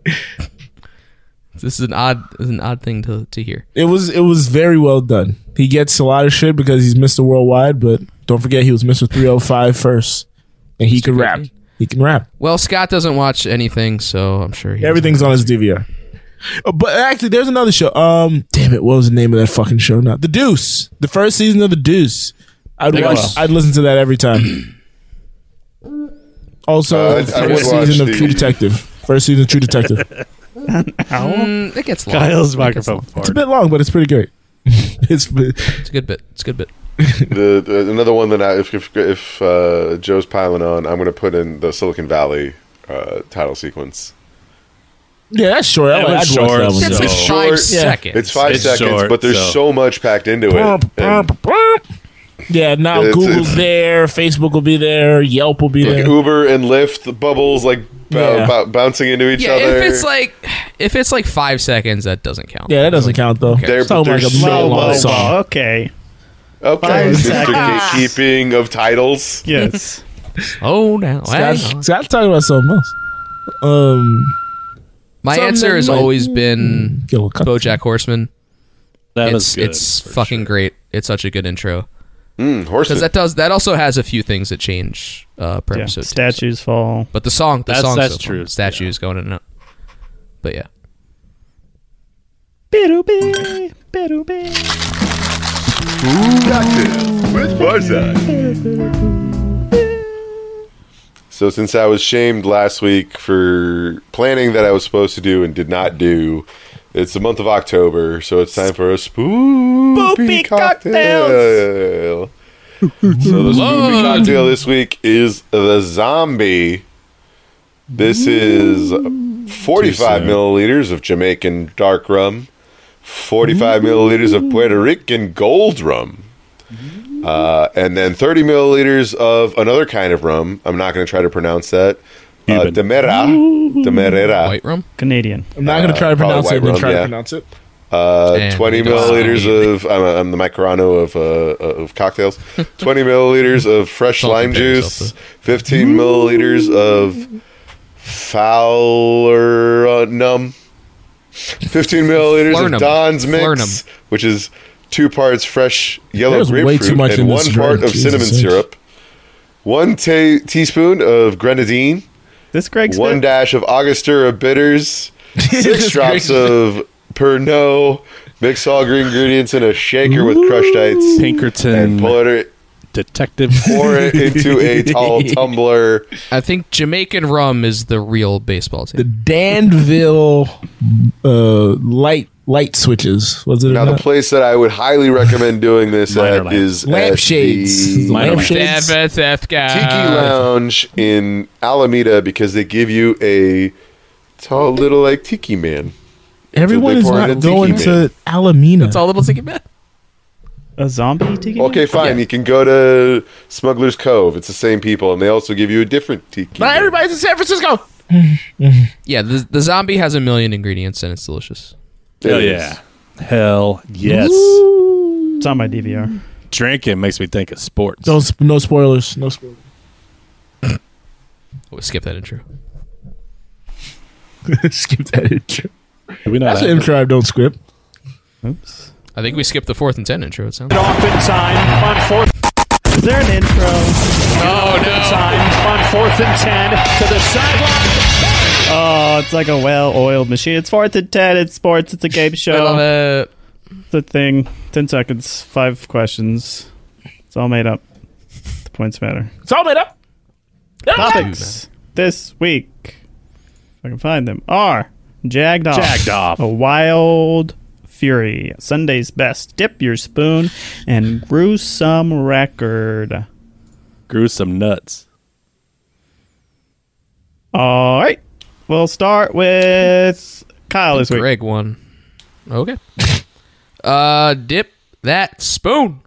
Speaker 1: this is an odd, this is an odd thing to to hear.
Speaker 3: It was it was very well done. He gets a lot of shit because he's Mr. Worldwide, but don't forget he was Mr. 305 first, and he could rap. He can rap.
Speaker 1: Well, Scott doesn't watch anything, so I'm sure he
Speaker 3: Everything's on his DVR. Oh, but actually, there's another show. Um, damn it, what was the name of that fucking show? Now, The Deuce. The first season of The Deuce. I'd watch.
Speaker 8: was.
Speaker 3: I'd listen to that every time. Also,
Speaker 9: Uh, I-
Speaker 3: the
Speaker 9: I
Speaker 3: first
Speaker 9: would watch
Speaker 3: season of
Speaker 9: the-
Speaker 3: True Detective. First season of True Detective. it's
Speaker 1: Mm, it gets long.
Speaker 8: Kyle's
Speaker 1: It gets
Speaker 8: microphone
Speaker 1: long.
Speaker 8: fart.
Speaker 3: a bit long, but it's pretty great. it's
Speaker 1: It's a good bit. It's a good bit.
Speaker 9: the, the another one that I, if if, if uh, Joe's piling on, I'm going to put in the Silicon Valley uh, title sequence.
Speaker 3: Yeah, that's short. I
Speaker 8: It
Speaker 3: like,
Speaker 8: was
Speaker 3: I'd watch
Speaker 8: short,
Speaker 3: that one.
Speaker 8: so-
Speaker 1: It's like five seconds.
Speaker 9: It's five
Speaker 8: It's
Speaker 9: seconds,
Speaker 8: short,
Speaker 9: but there's so.
Speaker 8: so-
Speaker 9: much packed into it.
Speaker 3: Burp,
Speaker 9: and,
Speaker 3: burp, burp. Yeah, now
Speaker 9: It's-
Speaker 3: Google's
Speaker 9: it's-
Speaker 3: there, Facebook will be there, Yelp will be
Speaker 9: like,
Speaker 3: there.
Speaker 9: Uber and Lyft, the bubbles like bou-
Speaker 3: Yeah.
Speaker 9: bou- bouncing into each
Speaker 1: Yeah,
Speaker 9: other.
Speaker 1: if it's like if it's like five seconds, that doesn't count.
Speaker 3: Yeah, that doesn't count though.
Speaker 9: There-
Speaker 3: It's talking
Speaker 9: there's
Speaker 3: like a
Speaker 9: so
Speaker 3: mile long
Speaker 9: much.
Speaker 3: song.
Speaker 2: okay.
Speaker 9: okay,
Speaker 2: five
Speaker 9: it's just the
Speaker 2: seconds.
Speaker 9: gatekeeping of titles.
Speaker 2: Yes.
Speaker 1: Oh, now hang
Speaker 3: Scott's,
Speaker 1: on.
Speaker 3: Scott's talking about something else. Um,
Speaker 1: my
Speaker 3: something
Speaker 1: answer has
Speaker 3: like-
Speaker 1: always been
Speaker 3: get a little cut.
Speaker 1: BoJack Horseman.
Speaker 8: That
Speaker 1: it's
Speaker 8: was good.
Speaker 1: it's fucking great. It's such a good intro
Speaker 9: Mm, horses.
Speaker 1: because that does that also has a few things that change uh, per
Speaker 2: Yeah.
Speaker 1: episode. too.
Speaker 2: Statues fall.
Speaker 1: But the song, the
Speaker 8: That's-
Speaker 1: song,
Speaker 8: that's
Speaker 1: so far.
Speaker 8: true,
Speaker 1: Statues going in and out. But yeah,
Speaker 2: Bidoobie, bidoobie.
Speaker 9: Doctors with Barzai. So since I was shamed last week for planning that I was supposed to do and did not do, it's the month of October, so it's time for a spoopy
Speaker 2: Spoopy
Speaker 9: cocktail. So the spoopy cocktail this week is the zombie. This is 45
Speaker 8: soon.
Speaker 9: milliliters of Jamaican dark rum, 45 milliliters of Puerto Rican gold rum, uh, and then 30 milliliters of another kind of rum. I'm not going to try to pronounce that. Uh,
Speaker 8: Cuban.
Speaker 9: Demera.
Speaker 8: Uh,
Speaker 9: Demerara.
Speaker 1: White Rum.
Speaker 2: Canadian.
Speaker 3: I'm not going to try to
Speaker 9: Uh, probably
Speaker 3: pronounce it,
Speaker 9: White
Speaker 3: and then
Speaker 9: Rum,
Speaker 3: try
Speaker 9: yeah.
Speaker 3: to pronounce it.
Speaker 9: Uh,
Speaker 1: And we
Speaker 9: 20
Speaker 1: don't
Speaker 9: milliliters
Speaker 1: need-
Speaker 9: of I'm, a, I'm the Microno of uh, of cocktails. 20 milliliters of fresh
Speaker 1: Don't
Speaker 9: lime
Speaker 1: compare yourself
Speaker 9: juice. 15 milliliters of Falernum. 15 milliliters
Speaker 1: Flernum.
Speaker 9: of Don's mix,
Speaker 1: Flernum.
Speaker 9: which is two parts fresh yellow
Speaker 3: There's way
Speaker 9: grapefruit
Speaker 3: too much
Speaker 9: and
Speaker 3: in
Speaker 9: one
Speaker 3: this drink,
Speaker 9: part of
Speaker 3: Jesus
Speaker 9: cinnamon
Speaker 3: sakes.
Speaker 9: syrup. One ta teaspoon of grenadine.
Speaker 2: This Greg's
Speaker 9: One
Speaker 2: bit-
Speaker 9: dash of Angostura bitters, six drops of Pernod. Mix all green ingredients in a shaker with crushed ice and
Speaker 8: Pinkerton
Speaker 9: pour it
Speaker 8: detective.
Speaker 9: pour it into a tall tumbler.
Speaker 1: I think Jamaican rum is the real baseball
Speaker 3: The
Speaker 1: team.
Speaker 3: Danville uh, light light switches. Was it
Speaker 9: Now the
Speaker 3: not?
Speaker 9: place that I would highly recommend doing this
Speaker 8: Minor
Speaker 9: at
Speaker 8: lamp.
Speaker 9: is at
Speaker 3: lampshades?
Speaker 9: the
Speaker 8: Minor
Speaker 3: Lampshades.
Speaker 9: Tiki Lounge in Alameda because they give you a tall little like tiki man.
Speaker 3: Everyone
Speaker 9: They
Speaker 3: is
Speaker 9: pour it
Speaker 3: not
Speaker 9: in tiki
Speaker 3: going
Speaker 9: man.
Speaker 3: to Alameda.
Speaker 1: It's all little ticket bet.
Speaker 2: a zombie tiki.
Speaker 9: Okay, fine. You can go to Smuggler's Cove. It's the same people, and they also give you a different tiki.
Speaker 3: Not
Speaker 9: man.
Speaker 3: everybody's in San Francisco.
Speaker 1: Yeah, the, the zombie has a million ingredients and it's delicious.
Speaker 9: It
Speaker 8: Hell
Speaker 9: is.
Speaker 8: Oh, yeah. Hell yes.
Speaker 2: It's on my DVR.
Speaker 8: Drinking makes me think of sports.
Speaker 3: Don't sp- no spoilers. No spoilers.
Speaker 1: Oh, skip that intro.
Speaker 3: Skip that intro.
Speaker 8: Do we know
Speaker 3: That's
Speaker 8: that?
Speaker 3: an intro I don't script.
Speaker 2: Oops.
Speaker 1: I think we skipped the fourth and ten intro. It sounds.
Speaker 4: Off in time on fourth
Speaker 2: Is there an intro?
Speaker 1: Oh,
Speaker 4: time on fourth and ten to the sideline.
Speaker 2: Oh, it's like a well-oiled machine. It's fourth and ten. It's sports. It's a game
Speaker 1: I love
Speaker 2: show.
Speaker 1: it.
Speaker 2: It's a thing. Ten seconds. Five questions. It's all made up. The points matter.
Speaker 3: It's all made up.
Speaker 2: Topics this week, if I can find them, are Jagged Off,
Speaker 8: Jagged Off.
Speaker 2: A Wild Fury, Sunday's Best, Dip Your Spoon, and Gruesome Record.
Speaker 8: Grew some nuts.
Speaker 2: All right, we'll start with Kyle this week.
Speaker 1: Greg won. Okay. Uh, dip that spoon.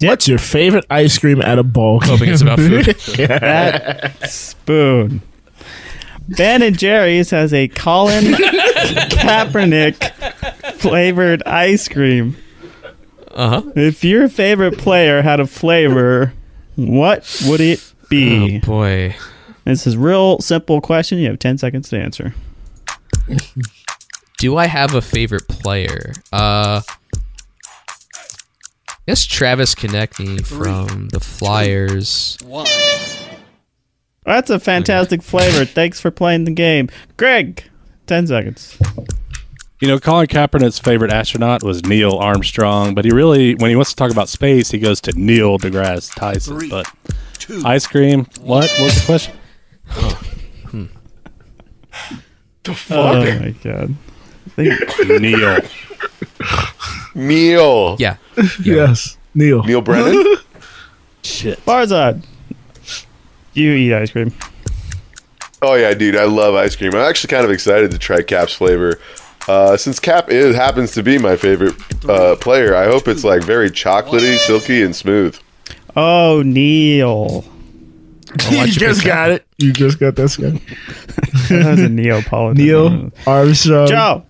Speaker 3: What's your favorite ice cream at a ball? game?
Speaker 1: Hoping it's about food.
Speaker 2: Spoon. Ben and Jerry's has a Colin Kaepernick flavored ice cream.
Speaker 1: Uh huh.
Speaker 2: If your favorite player had a flavor, what would it be?
Speaker 1: Boy.
Speaker 2: This is real simple question. You have 10 seconds to answer.
Speaker 1: Do I have a favorite player? Uh, I guess Travis Konechny from the Flyers.
Speaker 2: That's a fantastic flavor. Thanks for playing the game. Greg, 10 seconds.
Speaker 8: You know, Colin Kaepernick's favorite astronaut was Neil Armstrong, but he really, when he wants to talk about space, he goes to Neil deGrasse Tyson. but ice cream, what? What was the question?
Speaker 2: Oh my god.
Speaker 8: Neil.
Speaker 9: Neil.
Speaker 1: Yeah.
Speaker 3: Yes, Neil.
Speaker 9: Neil Brennan.
Speaker 8: Shit.
Speaker 2: Barzad, you eat ice cream.
Speaker 9: Oh yeah, dude, I love ice cream. I'm actually kind of excited to try Cap's flavor. Uh, since Cap is happens to be my favorite uh, player, I hope it's like very chocolatey, silky, and smooth.
Speaker 2: Oh, Neil.
Speaker 3: you just got it. You just got this one.
Speaker 2: that was a Neapolitan.
Speaker 1: Mm.
Speaker 3: Neil Armstrong.
Speaker 2: Joe.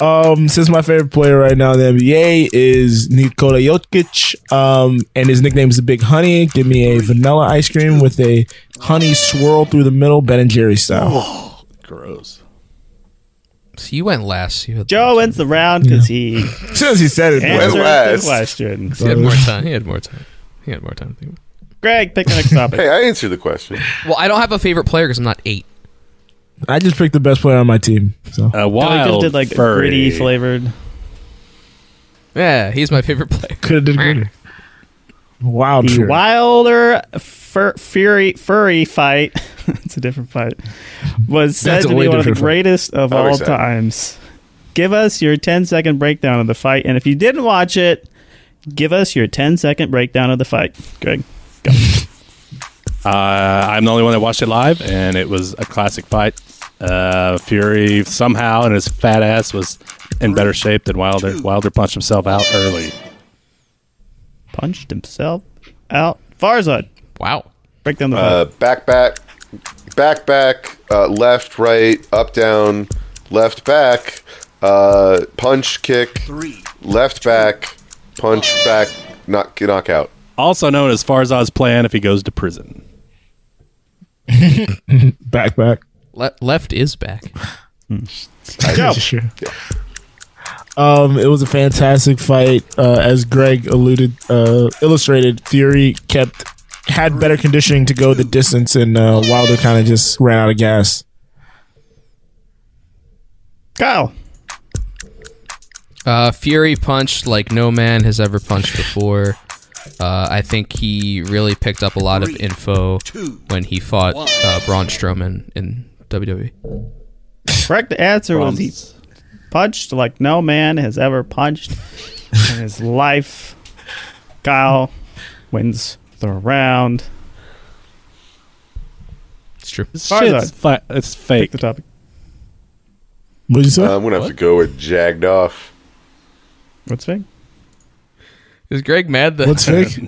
Speaker 3: Um, since my favorite player right now in the NBA is Nikola Jokic, um, and his nickname is the Big Honey. Give me a vanilla ice cream with a honey swirl through the middle, Ben and Jerry style.
Speaker 8: Gross.
Speaker 1: So you went last. You had,
Speaker 2: Joe wins the round because he
Speaker 3: As soon as he said it,
Speaker 2: answered
Speaker 3: man.
Speaker 2: the
Speaker 9: last.
Speaker 2: question.
Speaker 1: he had more time. He had more time. He had more time. to think.
Speaker 2: Greg, pick the next topic.
Speaker 9: Hey, I answered the question.
Speaker 1: Well, I don't have a favorite player because I'm not eight.
Speaker 3: I just picked the best player on my team. So
Speaker 8: A
Speaker 2: Oh, he
Speaker 8: wild
Speaker 2: could've did like a
Speaker 8: furry.
Speaker 2: gritty flavored.
Speaker 1: Yeah, he's my favorite player.
Speaker 3: could have did good. Wild.
Speaker 2: The
Speaker 3: pure.
Speaker 2: Wilder fur, Fury furry fight. it's a different fight. Was said
Speaker 3: That's a
Speaker 2: to
Speaker 3: way
Speaker 2: be one of the
Speaker 3: different fight.
Speaker 2: greatest of
Speaker 9: I'm
Speaker 2: all
Speaker 9: excited.
Speaker 2: times. Give us your 10 second breakdown of the fight, and if you didn't watch it, give us your 10 second breakdown of the fight. Greg,
Speaker 8: Uh, I'm the only one that watched it live, and it was a classic fight. Uh, Fury somehow and his fat ass was in better shape than Wilder. Wilder punched himself out early.
Speaker 2: punched himself out. Farzad,
Speaker 1: Wow.
Speaker 2: break down the fight.
Speaker 9: Uh, back, back, back, back, uh, left, right, up, down, left, back, uh, punch, kick, left, back, punch, back, knock, knockout.
Speaker 8: Also known as Farzad's plan if he goes to prison.
Speaker 3: back back.
Speaker 1: Le- left is back.
Speaker 2: Joe.
Speaker 3: Sure. Um, it was a fantastic fight. Uh, as Greg alluded, uh, illustrated, Fury kept had better conditioning to go the distance, and uh, Wilder kind of just ran out of gas.
Speaker 2: Kyle.
Speaker 1: Uh, Fury punched like no man has ever punched before. Uh, I think he really picked up a lot of info when he fought uh, Braun Strowman in E. WWE.
Speaker 2: Correct answer was
Speaker 8: Um,
Speaker 2: he punched like no man has ever punched in his life. Kyle wins the round.
Speaker 1: It's true.
Speaker 8: This
Speaker 2: Farzad.
Speaker 8: shit's fi- it's
Speaker 2: Pick
Speaker 8: fake.
Speaker 2: the topic.
Speaker 3: What'd you say?
Speaker 9: Uh, I'm gonna have to go with jagged off.
Speaker 2: What's fake?
Speaker 1: Is Greg mad that
Speaker 3: What's fake?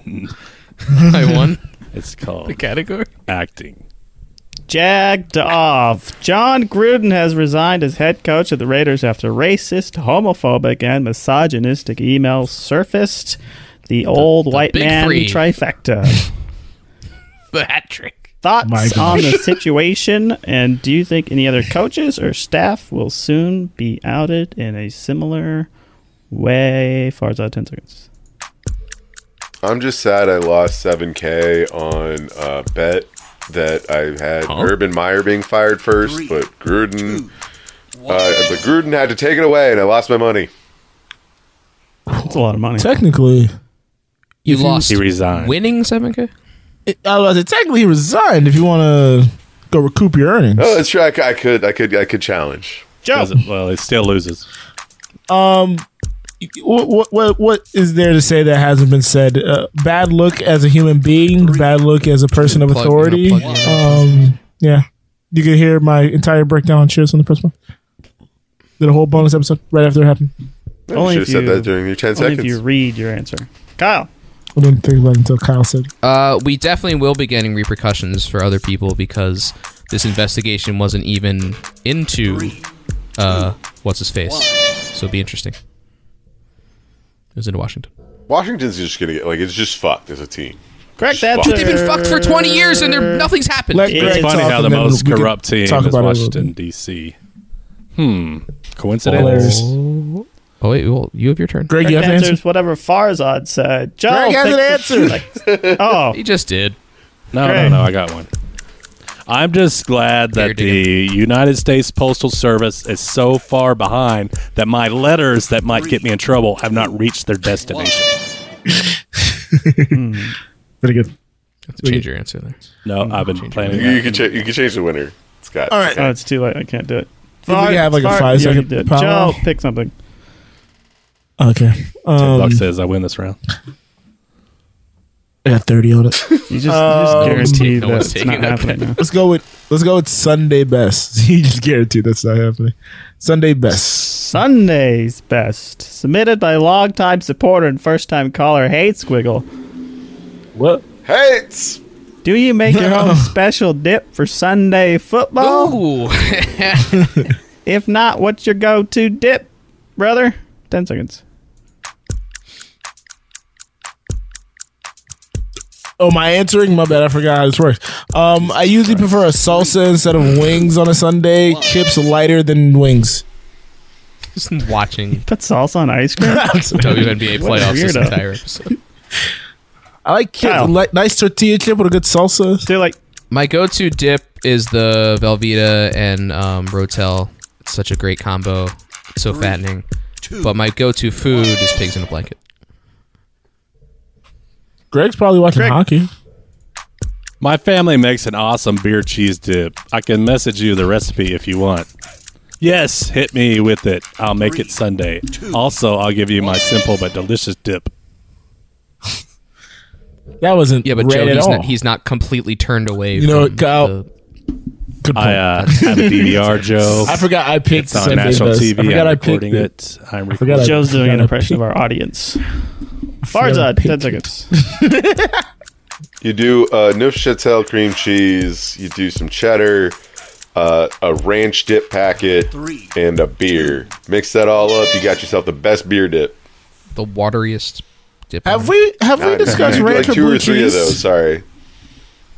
Speaker 1: I won
Speaker 8: It's called
Speaker 1: the category?
Speaker 8: acting.
Speaker 2: Jagged off. John Gruden has resigned as head coach of the Raiders after racist, homophobic, and misogynistic emails surfaced. The old white
Speaker 1: big
Speaker 2: man
Speaker 1: three.
Speaker 2: trifecta.
Speaker 1: The hat trick.
Speaker 3: My
Speaker 2: Thoughts on
Speaker 3: gosh.
Speaker 2: the situation, and do you think any other coaches or staff will soon be outed in a similar way? Farzad, 10 seconds.
Speaker 9: I'm just sad I lost 7K on a bet that I had Urban Meyer being fired first, but Gruden. uh, but Gruden had to take it away, and I lost my money.
Speaker 2: That's a lot of money.
Speaker 3: technically,
Speaker 1: You lost.
Speaker 8: He resigned.
Speaker 1: Winning seven k.
Speaker 3: it, I was it technically he resigned. If you want to go recoup your earnings,
Speaker 9: Oh, let's try. I c- I could, I could, I could challenge.
Speaker 2: Joe,
Speaker 3: Oh.
Speaker 8: Doesn't- well, he still loses.
Speaker 3: what, what what what is there to say that hasn't been said? Uh, bad look as a human being, bad look as a person of
Speaker 1: Plug in,
Speaker 3: authority.
Speaker 1: plug in.
Speaker 3: Um, yeah, you could hear my entire breakdown on Cheers on the first one. Did a whole bonus episode right after it happened.
Speaker 9: I
Speaker 2: Only
Speaker 9: should
Speaker 2: if
Speaker 9: have said
Speaker 2: you-
Speaker 9: that during your 10
Speaker 2: only
Speaker 9: seconds.
Speaker 2: if you read your answer. Kyle,
Speaker 3: I didn't think about it until Kyle said.
Speaker 1: Uh, we definitely will be getting repercussions for other people because this investigation wasn't even into uh, what's his face. So it'll be interesting. It was in Washington.
Speaker 9: Washington's just gonna get like it's just fucked as a team.
Speaker 2: correct
Speaker 9: Fuck.
Speaker 2: answer.
Speaker 9: They've
Speaker 1: They've been fucked for 20 years and there nothing's happened.
Speaker 3: Let
Speaker 8: It's
Speaker 3: Greg
Speaker 8: funny
Speaker 3: talk
Speaker 8: how the
Speaker 3: and then
Speaker 8: most
Speaker 3: we could
Speaker 8: corrupt team is
Speaker 3: talk about it a little
Speaker 8: Washington
Speaker 3: bit.
Speaker 8: D.C. Hmm. Coincidence?
Speaker 3: Hilarious.
Speaker 1: Oh wait, well, you have your turn.
Speaker 3: Greg, you have
Speaker 2: Correct
Speaker 3: to
Speaker 2: answer
Speaker 3: answer.
Speaker 2: is whatever Farzad said. Joe,
Speaker 3: Greg has
Speaker 2: pick
Speaker 3: an
Speaker 2: the-
Speaker 3: answer.
Speaker 2: oh,
Speaker 1: He just did.
Speaker 8: No,
Speaker 2: Great.
Speaker 8: no, no. I got one. I'm just glad
Speaker 1: Here,
Speaker 8: that the United States Postal Service is so far behind that my letters that might get me in trouble have not reached their destination.
Speaker 3: Pretty good.
Speaker 1: Have to change your answer there.
Speaker 8: No, I've been planning.
Speaker 9: You, you
Speaker 8: That.
Speaker 9: can cha- you can change the winner, Scott.
Speaker 3: All right.
Speaker 2: oh, it's too late. I can't do it.
Speaker 3: we could
Speaker 2: Far-
Speaker 3: have, like, a
Speaker 2: far-
Speaker 3: five
Speaker 2: you already
Speaker 3: second
Speaker 2: did.
Speaker 3: power
Speaker 2: Joe,
Speaker 3: off.
Speaker 2: pick something.
Speaker 3: Okay.
Speaker 8: Buck
Speaker 3: Um,
Speaker 8: says I win this round.
Speaker 3: I got thirty on it.
Speaker 2: You just, you just guarantee
Speaker 3: Um,
Speaker 2: that it's not happening. now.
Speaker 3: Let's go with let's go with Sunday best. you just guarantee that's not happening. Sunday best.
Speaker 2: Sunday's best, submitted by longtime supporter and first-time caller Hate Squiggle.
Speaker 8: What?
Speaker 9: Hates.
Speaker 2: Do you make your own special dip for Sunday
Speaker 1: Oh!
Speaker 2: football? if not, what's your go-to dip, brother? Ten seconds.
Speaker 3: Oh, my answering? My bad. I forgot how this works. Um, I usually prefer a salsa instead of wings on a Sunday. Chips lighter than wings.
Speaker 1: Just watching
Speaker 2: Put salsa on ice cream.
Speaker 1: WNBA
Speaker 2: What a
Speaker 1: playoffs this
Speaker 2: weirdo.
Speaker 1: entire episode.
Speaker 3: I like chips.
Speaker 2: Kyle.
Speaker 3: Li- nice tortilla chip with a good salsa.
Speaker 2: They're like,
Speaker 1: My go-to dip is the Velveeta and um, Rotel. It's such a great combo. It's so fattening. But my go-to food is pigs in a blanket.
Speaker 3: Greg's probably watching
Speaker 2: Greg.
Speaker 3: hockey.
Speaker 8: My family makes an awesome beer cheese dip. I can message you the recipe if you want. Yes, hit me with it. I'll make it Sunday. Also, I'll give you my simple but delicious dip.
Speaker 3: That wasn't
Speaker 1: Yeah, but
Speaker 3: right
Speaker 1: Joe,
Speaker 3: at
Speaker 1: he's
Speaker 3: all.
Speaker 1: not, he's not completely turned away.
Speaker 3: You know
Speaker 1: from
Speaker 3: what, Kyle?
Speaker 1: the-
Speaker 3: Good point.
Speaker 8: I uh, have a DVR, Joe.
Speaker 3: I forgot I picked
Speaker 8: It's on
Speaker 3: Sunday
Speaker 8: national
Speaker 3: best.
Speaker 8: TV.
Speaker 3: I forgot
Speaker 8: I'm
Speaker 3: I picked
Speaker 8: recording it. I'm
Speaker 3: forgot
Speaker 8: recording.
Speaker 3: I-
Speaker 2: Joe's doing an
Speaker 3: gotta
Speaker 2: impression of our audience. Farzad, ten seconds.
Speaker 9: You do uh, Neufchatel cream cheese. You do some cheddar, uh, a ranch dip packet, and a beer. Mix that all up. You got yourself the best beer dip.
Speaker 1: the wateriest dip.
Speaker 3: Have we have we discussed
Speaker 9: You do
Speaker 3: ranch
Speaker 9: like
Speaker 3: or
Speaker 9: two
Speaker 3: blue
Speaker 9: or three
Speaker 3: cheese?
Speaker 9: of those. Sorry.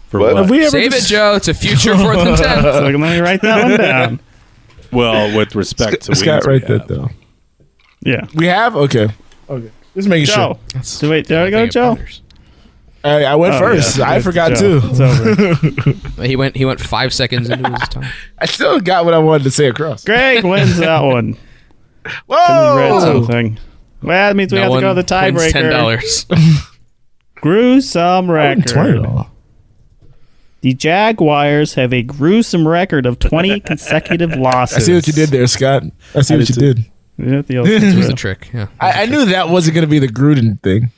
Speaker 8: For
Speaker 9: What?
Speaker 8: what?
Speaker 3: Have we ever
Speaker 1: Save it,
Speaker 3: dis-
Speaker 1: Joe. It's a future fourth and ten.
Speaker 2: So let me write that one down.
Speaker 8: Well, with respect to
Speaker 3: Scott,
Speaker 8: wings, we
Speaker 3: right there
Speaker 8: have.
Speaker 3: though.
Speaker 2: Yeah.
Speaker 3: We have okay. Okay, just making sure.
Speaker 2: Joe. Do wait, did I go, Joe?
Speaker 3: I, I went
Speaker 2: Oh,
Speaker 3: first.
Speaker 2: yeah.
Speaker 3: I forgot
Speaker 2: Joe,
Speaker 3: too.
Speaker 2: It's over.
Speaker 1: He went. He went five seconds into his time.
Speaker 3: I still got what I wanted to say across.
Speaker 2: Greg wins that one. You read
Speaker 3: Whoa!
Speaker 2: something. Well, that means we
Speaker 1: No
Speaker 2: have to
Speaker 1: one
Speaker 2: go to the
Speaker 1: wins Ten
Speaker 2: tiebreaker.
Speaker 1: dollars.
Speaker 2: Gruesome
Speaker 3: Twenty
Speaker 2: record.
Speaker 3: dollars.
Speaker 2: The Jaguars have a gruesome record of 20 consecutive losses.
Speaker 3: I see what you did there, Scott. I see what you did.
Speaker 2: You know what the, old kids
Speaker 1: That's
Speaker 2: were.
Speaker 1: the trick. Yeah.
Speaker 3: I, I knew that wasn't going to be the Gruden thing.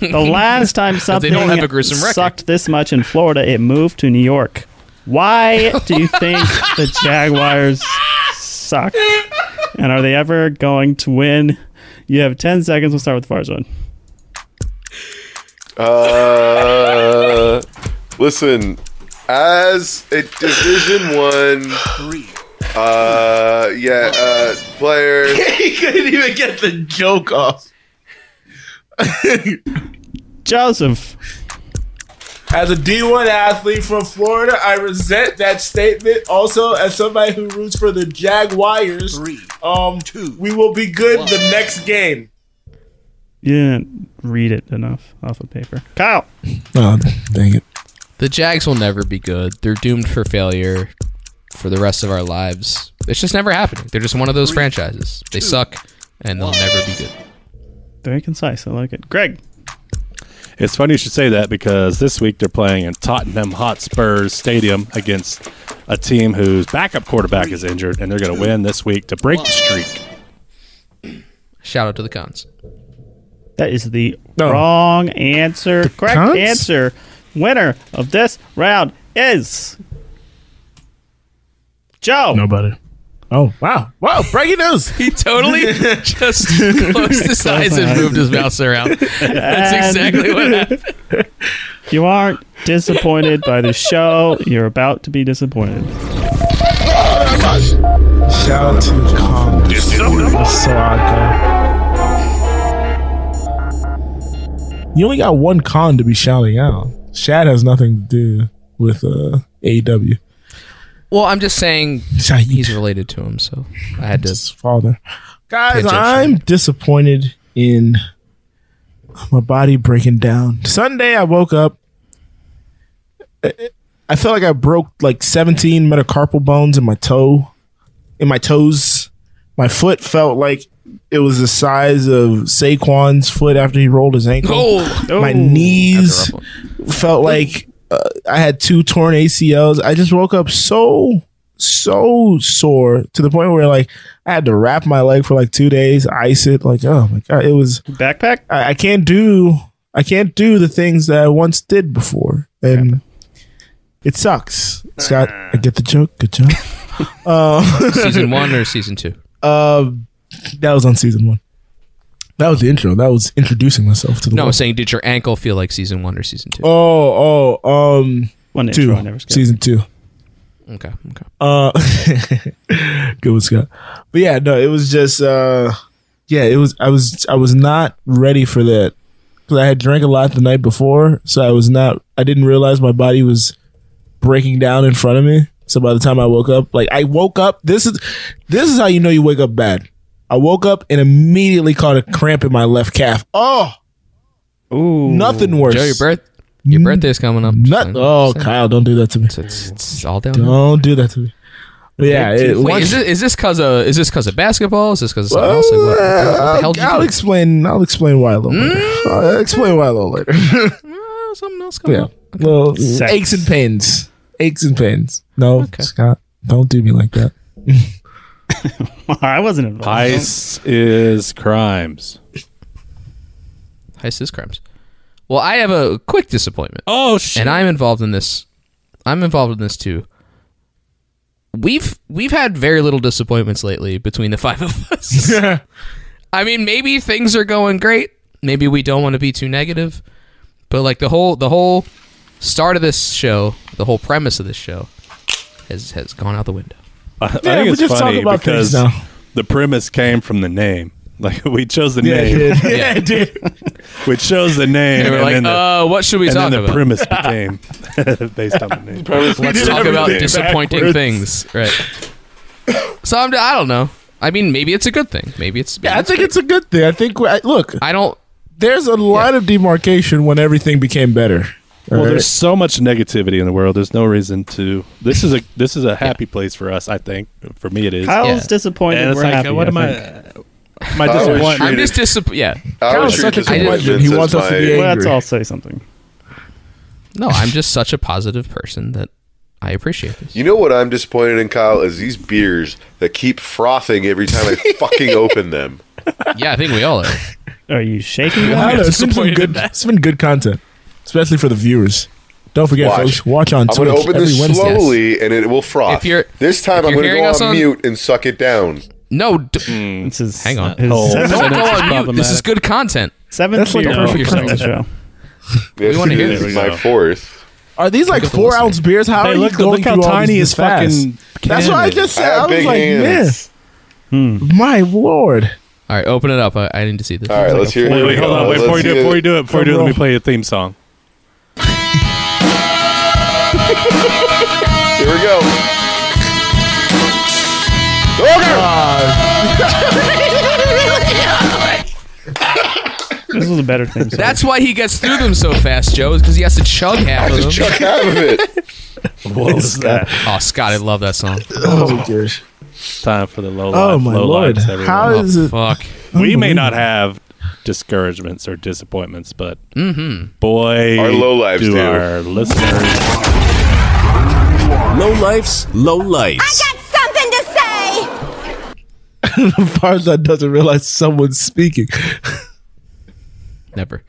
Speaker 2: the last time something
Speaker 1: don't have a gruesome record.
Speaker 2: sucked this much in Florida, it moved to New York. Why do you think the Jaguars suck? And are they ever going to win? You have 10 seconds. We'll start with Farzan.
Speaker 9: Uh, listen, as a Division One, uh, yeah, uh, player,
Speaker 3: he couldn't even get the joke off.
Speaker 2: Joseph.
Speaker 3: As a D1 athlete from Florida, I resent that statement. Also, as somebody who roots for the Jaguars, um, we will be good the next game.
Speaker 2: You didn't read it enough off of paper. Kyle.
Speaker 3: Oh, dang it.
Speaker 1: The Jags will never be good. They're doomed for failure for the rest of our lives. It's just never happening. They're just one of those franchises. They suck and they'll never be good.
Speaker 2: Very concise. I like it. Greg.
Speaker 8: It's funny you should say that because this week they're playing in Tottenham Hotspurs Stadium against a team whose backup quarterback is injured, and they're going to win this week to break the streak.
Speaker 1: Shout out to the cons.
Speaker 2: That is the
Speaker 3: No.
Speaker 2: wrong answer. Correct
Speaker 3: Oh. cunts?
Speaker 2: answer. Winner of this round is Joe.
Speaker 3: Nobody. Oh, wow. Wow, breaking news.
Speaker 1: He totally just closed his eyes and moved his mouse around. That's exactly what happened.
Speaker 2: You aren't disappointed by the show. You're about to be disappointed.
Speaker 3: Shout out to the Congress. You only got one con to be shouting out. Shad has nothing to do with uh, AEW.
Speaker 1: Well, I'm just saying
Speaker 3: Shad,
Speaker 1: he's related to him, so I had
Speaker 3: his
Speaker 1: to.
Speaker 3: father.
Speaker 1: Pitch
Speaker 3: Guys,
Speaker 1: it.
Speaker 3: I'm disappointed in my body breaking down. Sunday, I woke up. I- I felt like I broke like 17 metacarpal bones in my toe, in my toes. My foot felt like it was the size of Saquon's foot after he rolled his ankle.
Speaker 1: Oh,
Speaker 3: my
Speaker 1: that's
Speaker 3: knees
Speaker 1: a rough one.
Speaker 3: felt like uh, I had two torn ACLs. I just woke up so so sore to the point where like I had to wrap my leg for like two days, ice it. Like oh my god, it was
Speaker 2: Backpack?
Speaker 3: I, I can't do I can't do the things that I once did before, and it sucks. Scott, I get the joke. Good job. uh,
Speaker 1: season one or season two?
Speaker 3: Um, that was on season one. That was the intro. That was introducing myself to the
Speaker 1: No, I'm
Speaker 3: world.
Speaker 1: saying did your ankle feel like season one or season two?
Speaker 3: Oh, oh, um,
Speaker 2: One
Speaker 3: two,
Speaker 2: intro I never skipped.
Speaker 3: season two.
Speaker 1: Okay, okay.
Speaker 3: Uh, good one, Scott. But yeah, no, it was just, uh, yeah, it was. I was, I was not ready for that because I had drank a lot the night before, so I was not. I didn't realize my body was breaking down in front of me. So by the time I woke up, like I woke up, this is, this is how you know you wake up bad. I woke up and immediately caught a cramp in my left calf. Oh,
Speaker 2: Ooh,
Speaker 3: nothing worse.
Speaker 1: Joe, your birth, your birthday's coming up.
Speaker 3: Not, oh,
Speaker 1: Just saying.
Speaker 3: Kyle, don't do that to me.
Speaker 1: It's, it's, it's all down.
Speaker 3: Don't do that to me. But yeah, it,
Speaker 1: Wait,
Speaker 3: once-
Speaker 1: is this is this cause of is this cause of basketball? Is this cause of something
Speaker 3: Well,
Speaker 1: else? Like, what, what the
Speaker 3: I'll-
Speaker 1: hell did you
Speaker 3: Uh, I'll
Speaker 1: do?
Speaker 3: explain. I'll explain why a little. Later. I'll explain why a little later.
Speaker 1: Uh, something else coming
Speaker 3: yeah,
Speaker 1: up.
Speaker 3: well,
Speaker 2: Sex.
Speaker 3: aches and pains, aches and pains. No, Scott, don't do me like that.
Speaker 2: I wasn't involved.
Speaker 8: Heist is crimes.
Speaker 1: Heist is crimes. Well, I have a quick disappointment,
Speaker 8: Oh shit!
Speaker 1: and I'm involved in this. I'm involved in this too. We've we've had very little disappointments lately between the five of us. I mean, maybe things are going great. Maybe we don't want to be too negative, but like the whole the whole start of this show, the whole premise of this show, has has gone out the window.
Speaker 8: I, I think
Speaker 3: Yeah, we
Speaker 8: it's
Speaker 3: just talk
Speaker 8: funny
Speaker 3: about things
Speaker 8: because
Speaker 3: now.
Speaker 8: the premise came from the name. Like we chose the
Speaker 3: Yeah, I
Speaker 8: name.
Speaker 3: did. Yeah, I did.
Speaker 8: We chose the
Speaker 1: And
Speaker 8: name, and,
Speaker 1: we're like,
Speaker 8: then the,
Speaker 1: uh, what should we
Speaker 8: and
Speaker 1: talk
Speaker 8: then the
Speaker 1: about?
Speaker 8: premise became based on the name.
Speaker 1: Let's talk about
Speaker 9: everything
Speaker 1: disappointing things, right? So I'm, I don't know. I mean, maybe it's a good thing. Maybe it's.
Speaker 3: Yeah, I think it's a good thing. I think we- I- look,
Speaker 1: I don't.
Speaker 3: there's a line of demarcation when everything became better.
Speaker 8: Well,
Speaker 3: All
Speaker 8: there's so much negativity in the world. There's no reason to. This is a this is a happy place for us. I think for me it is.
Speaker 2: Kyle's
Speaker 1: Yeah.
Speaker 2: disappointed.
Speaker 8: and it's
Speaker 2: we're
Speaker 8: like,
Speaker 2: happy.
Speaker 8: what am
Speaker 2: I?
Speaker 8: I?
Speaker 2: think.
Speaker 8: Am I
Speaker 9: I was
Speaker 8: disappointed?
Speaker 9: treated-
Speaker 1: I'm just disappointed. Yeah.
Speaker 9: I
Speaker 3: Kyle's
Speaker 9: was
Speaker 3: such a
Speaker 9: treated disappointment
Speaker 3: curmudgeon. He
Speaker 9: since
Speaker 3: wants us to
Speaker 9: my-
Speaker 3: be
Speaker 2: Well, that's
Speaker 3: Angry.
Speaker 2: all. Say something.
Speaker 1: No, I'm just such a positive person that I appreciate this.
Speaker 9: You know what I'm disappointed in, Kyle, is these beers that keep frothing every time I fucking open them.
Speaker 1: Yeah, I think we all are.
Speaker 2: Are you shaking?
Speaker 3: I
Speaker 2: that?
Speaker 3: don't know, it's been some
Speaker 1: disappointed in
Speaker 3: good. It's been good content, especially for the viewers. Don't forget,
Speaker 9: Watch.
Speaker 3: folks, watch on
Speaker 9: I'm
Speaker 3: Twitch
Speaker 9: going to open
Speaker 3: every
Speaker 9: this
Speaker 3: Wednesday.
Speaker 9: slowly, and it will froth.
Speaker 1: If you're-
Speaker 9: this time,
Speaker 1: if
Speaker 9: I'm
Speaker 1: you're
Speaker 9: going to
Speaker 1: hearing
Speaker 9: go
Speaker 1: us
Speaker 9: on,
Speaker 1: on-
Speaker 9: mute and suck it down.
Speaker 1: No, d-
Speaker 2: It's his,
Speaker 1: Hang on.
Speaker 2: His
Speaker 8: Oh.
Speaker 2: seventh,
Speaker 1: don't go
Speaker 8: This is
Speaker 1: on mute. This is good
Speaker 8: problematic.
Speaker 1: content.
Speaker 2: seventh
Speaker 3: That's like
Speaker 2: year
Speaker 3: the
Speaker 2: of
Speaker 1: perfect
Speaker 2: the show.
Speaker 9: This
Speaker 1: wanna hear
Speaker 9: is
Speaker 1: this.
Speaker 9: my fourth.
Speaker 3: Are these like
Speaker 1: at the
Speaker 3: four
Speaker 1: listener.
Speaker 3: ounce beers? How
Speaker 8: Hey,
Speaker 3: are
Speaker 8: look,
Speaker 3: you going
Speaker 8: look how
Speaker 3: through all
Speaker 8: tiny
Speaker 3: these
Speaker 8: his
Speaker 3: this fast?
Speaker 8: fucking.
Speaker 3: That's
Speaker 8: can
Speaker 3: what I
Speaker 8: is.
Speaker 3: just
Speaker 9: I
Speaker 3: said. I,
Speaker 9: have
Speaker 3: was
Speaker 9: big
Speaker 3: like,
Speaker 9: hands.
Speaker 3: man, my lord.
Speaker 1: All right, open it up. I, I need to see this.
Speaker 9: All right, let's hear it.
Speaker 8: Wait, wait, hold on. Wait, before you do it, before you do it, before you do it, let me
Speaker 3: roll.
Speaker 8: play a theme song.
Speaker 9: Here we go. Ogre!
Speaker 2: This was a better thing. So
Speaker 1: That's why he gets through them so fast, Joe, is because he has to chug half of them.
Speaker 9: Chuck out of it.
Speaker 8: What was that?
Speaker 1: Oh, Scott, I love that song.
Speaker 3: Oh, gosh.
Speaker 8: Time for the low life.
Speaker 3: oh my
Speaker 8: low
Speaker 3: lord.
Speaker 8: lives, everyone.
Speaker 3: How is it?
Speaker 1: Oh, Fuck.
Speaker 8: we may not have discouragements or disappointments, but boy,
Speaker 9: Our low lives
Speaker 8: do
Speaker 9: do.
Speaker 8: our listeners.
Speaker 5: Low lifes, low lights.
Speaker 11: something to say.
Speaker 3: Farzad doesn't realize someone's speaking.
Speaker 1: Never.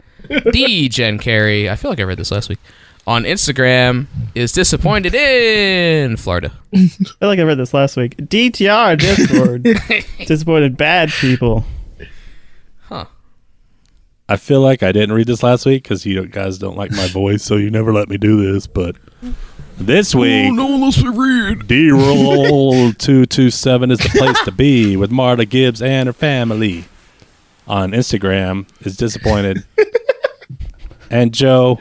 Speaker 1: D Jen Carey, I feel like I read this last week. On Instagram is disappointed in Florida.
Speaker 2: I feel like I read this last week. DTR Discord. Disappointed bad people.
Speaker 8: I feel like I didn't read this last week because you guys don't like my voice, so you never let me do this. But this week,
Speaker 6: one wants to read.
Speaker 8: D roll two two seven is the place to be with Marta Gibbs and her family on Instagram is disappointed. and Joe,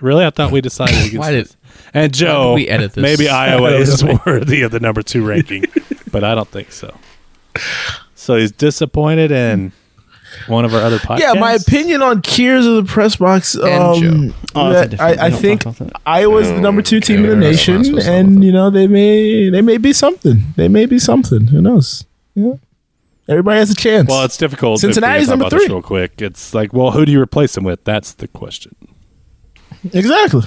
Speaker 8: really, I thought we decided we could.
Speaker 1: Why did-
Speaker 8: and Joe?
Speaker 1: we edit this?
Speaker 8: Maybe Iowa
Speaker 3: don't
Speaker 8: is worthy of the number two ranking, but I don't think so. So he's disappointed in one of our other podcasts.
Speaker 3: Yeah, my opinion on Cheers of the Press Box. Um,
Speaker 2: Oh, that's a
Speaker 3: that
Speaker 2: different-
Speaker 3: I, I
Speaker 2: we don't
Speaker 3: think
Speaker 2: talk about that.
Speaker 3: Iowa's the number two team in the
Speaker 1: we're not supposed
Speaker 3: nation,
Speaker 1: to
Speaker 3: and
Speaker 1: with
Speaker 3: you know they may they may be something. They may be something. Who knows? Yeah, everybody has a chance.
Speaker 8: Well, it's difficult. if we
Speaker 3: Cincinnati's
Speaker 8: talk
Speaker 3: number
Speaker 8: about this
Speaker 3: three.
Speaker 8: Real quick, it's like, well, who do you replace him with? That's the question.
Speaker 3: Exactly.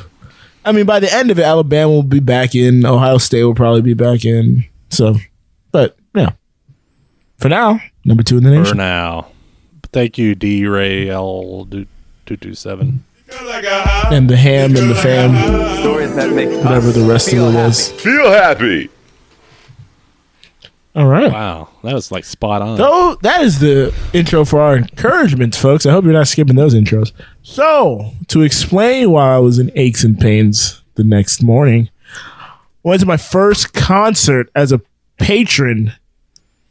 Speaker 3: I mean, by the end of it, Alabama will be back in. Ohio State will probably be back in. So, but yeah, for now, number two in the
Speaker 8: for
Speaker 3: nation.
Speaker 8: now. But Thank you, D Ray L two two seven.
Speaker 3: and the ham and the fam,
Speaker 5: Stories that make
Speaker 3: whatever the rest of it was.
Speaker 9: Feel happy.
Speaker 3: All right.
Speaker 8: Wow, that was like spot on.
Speaker 3: So that is the intro for our encouragements, folks. I hope you're not skipping those intros. So to explain why I was in aches and pains the next morning, went to my first concert as a patron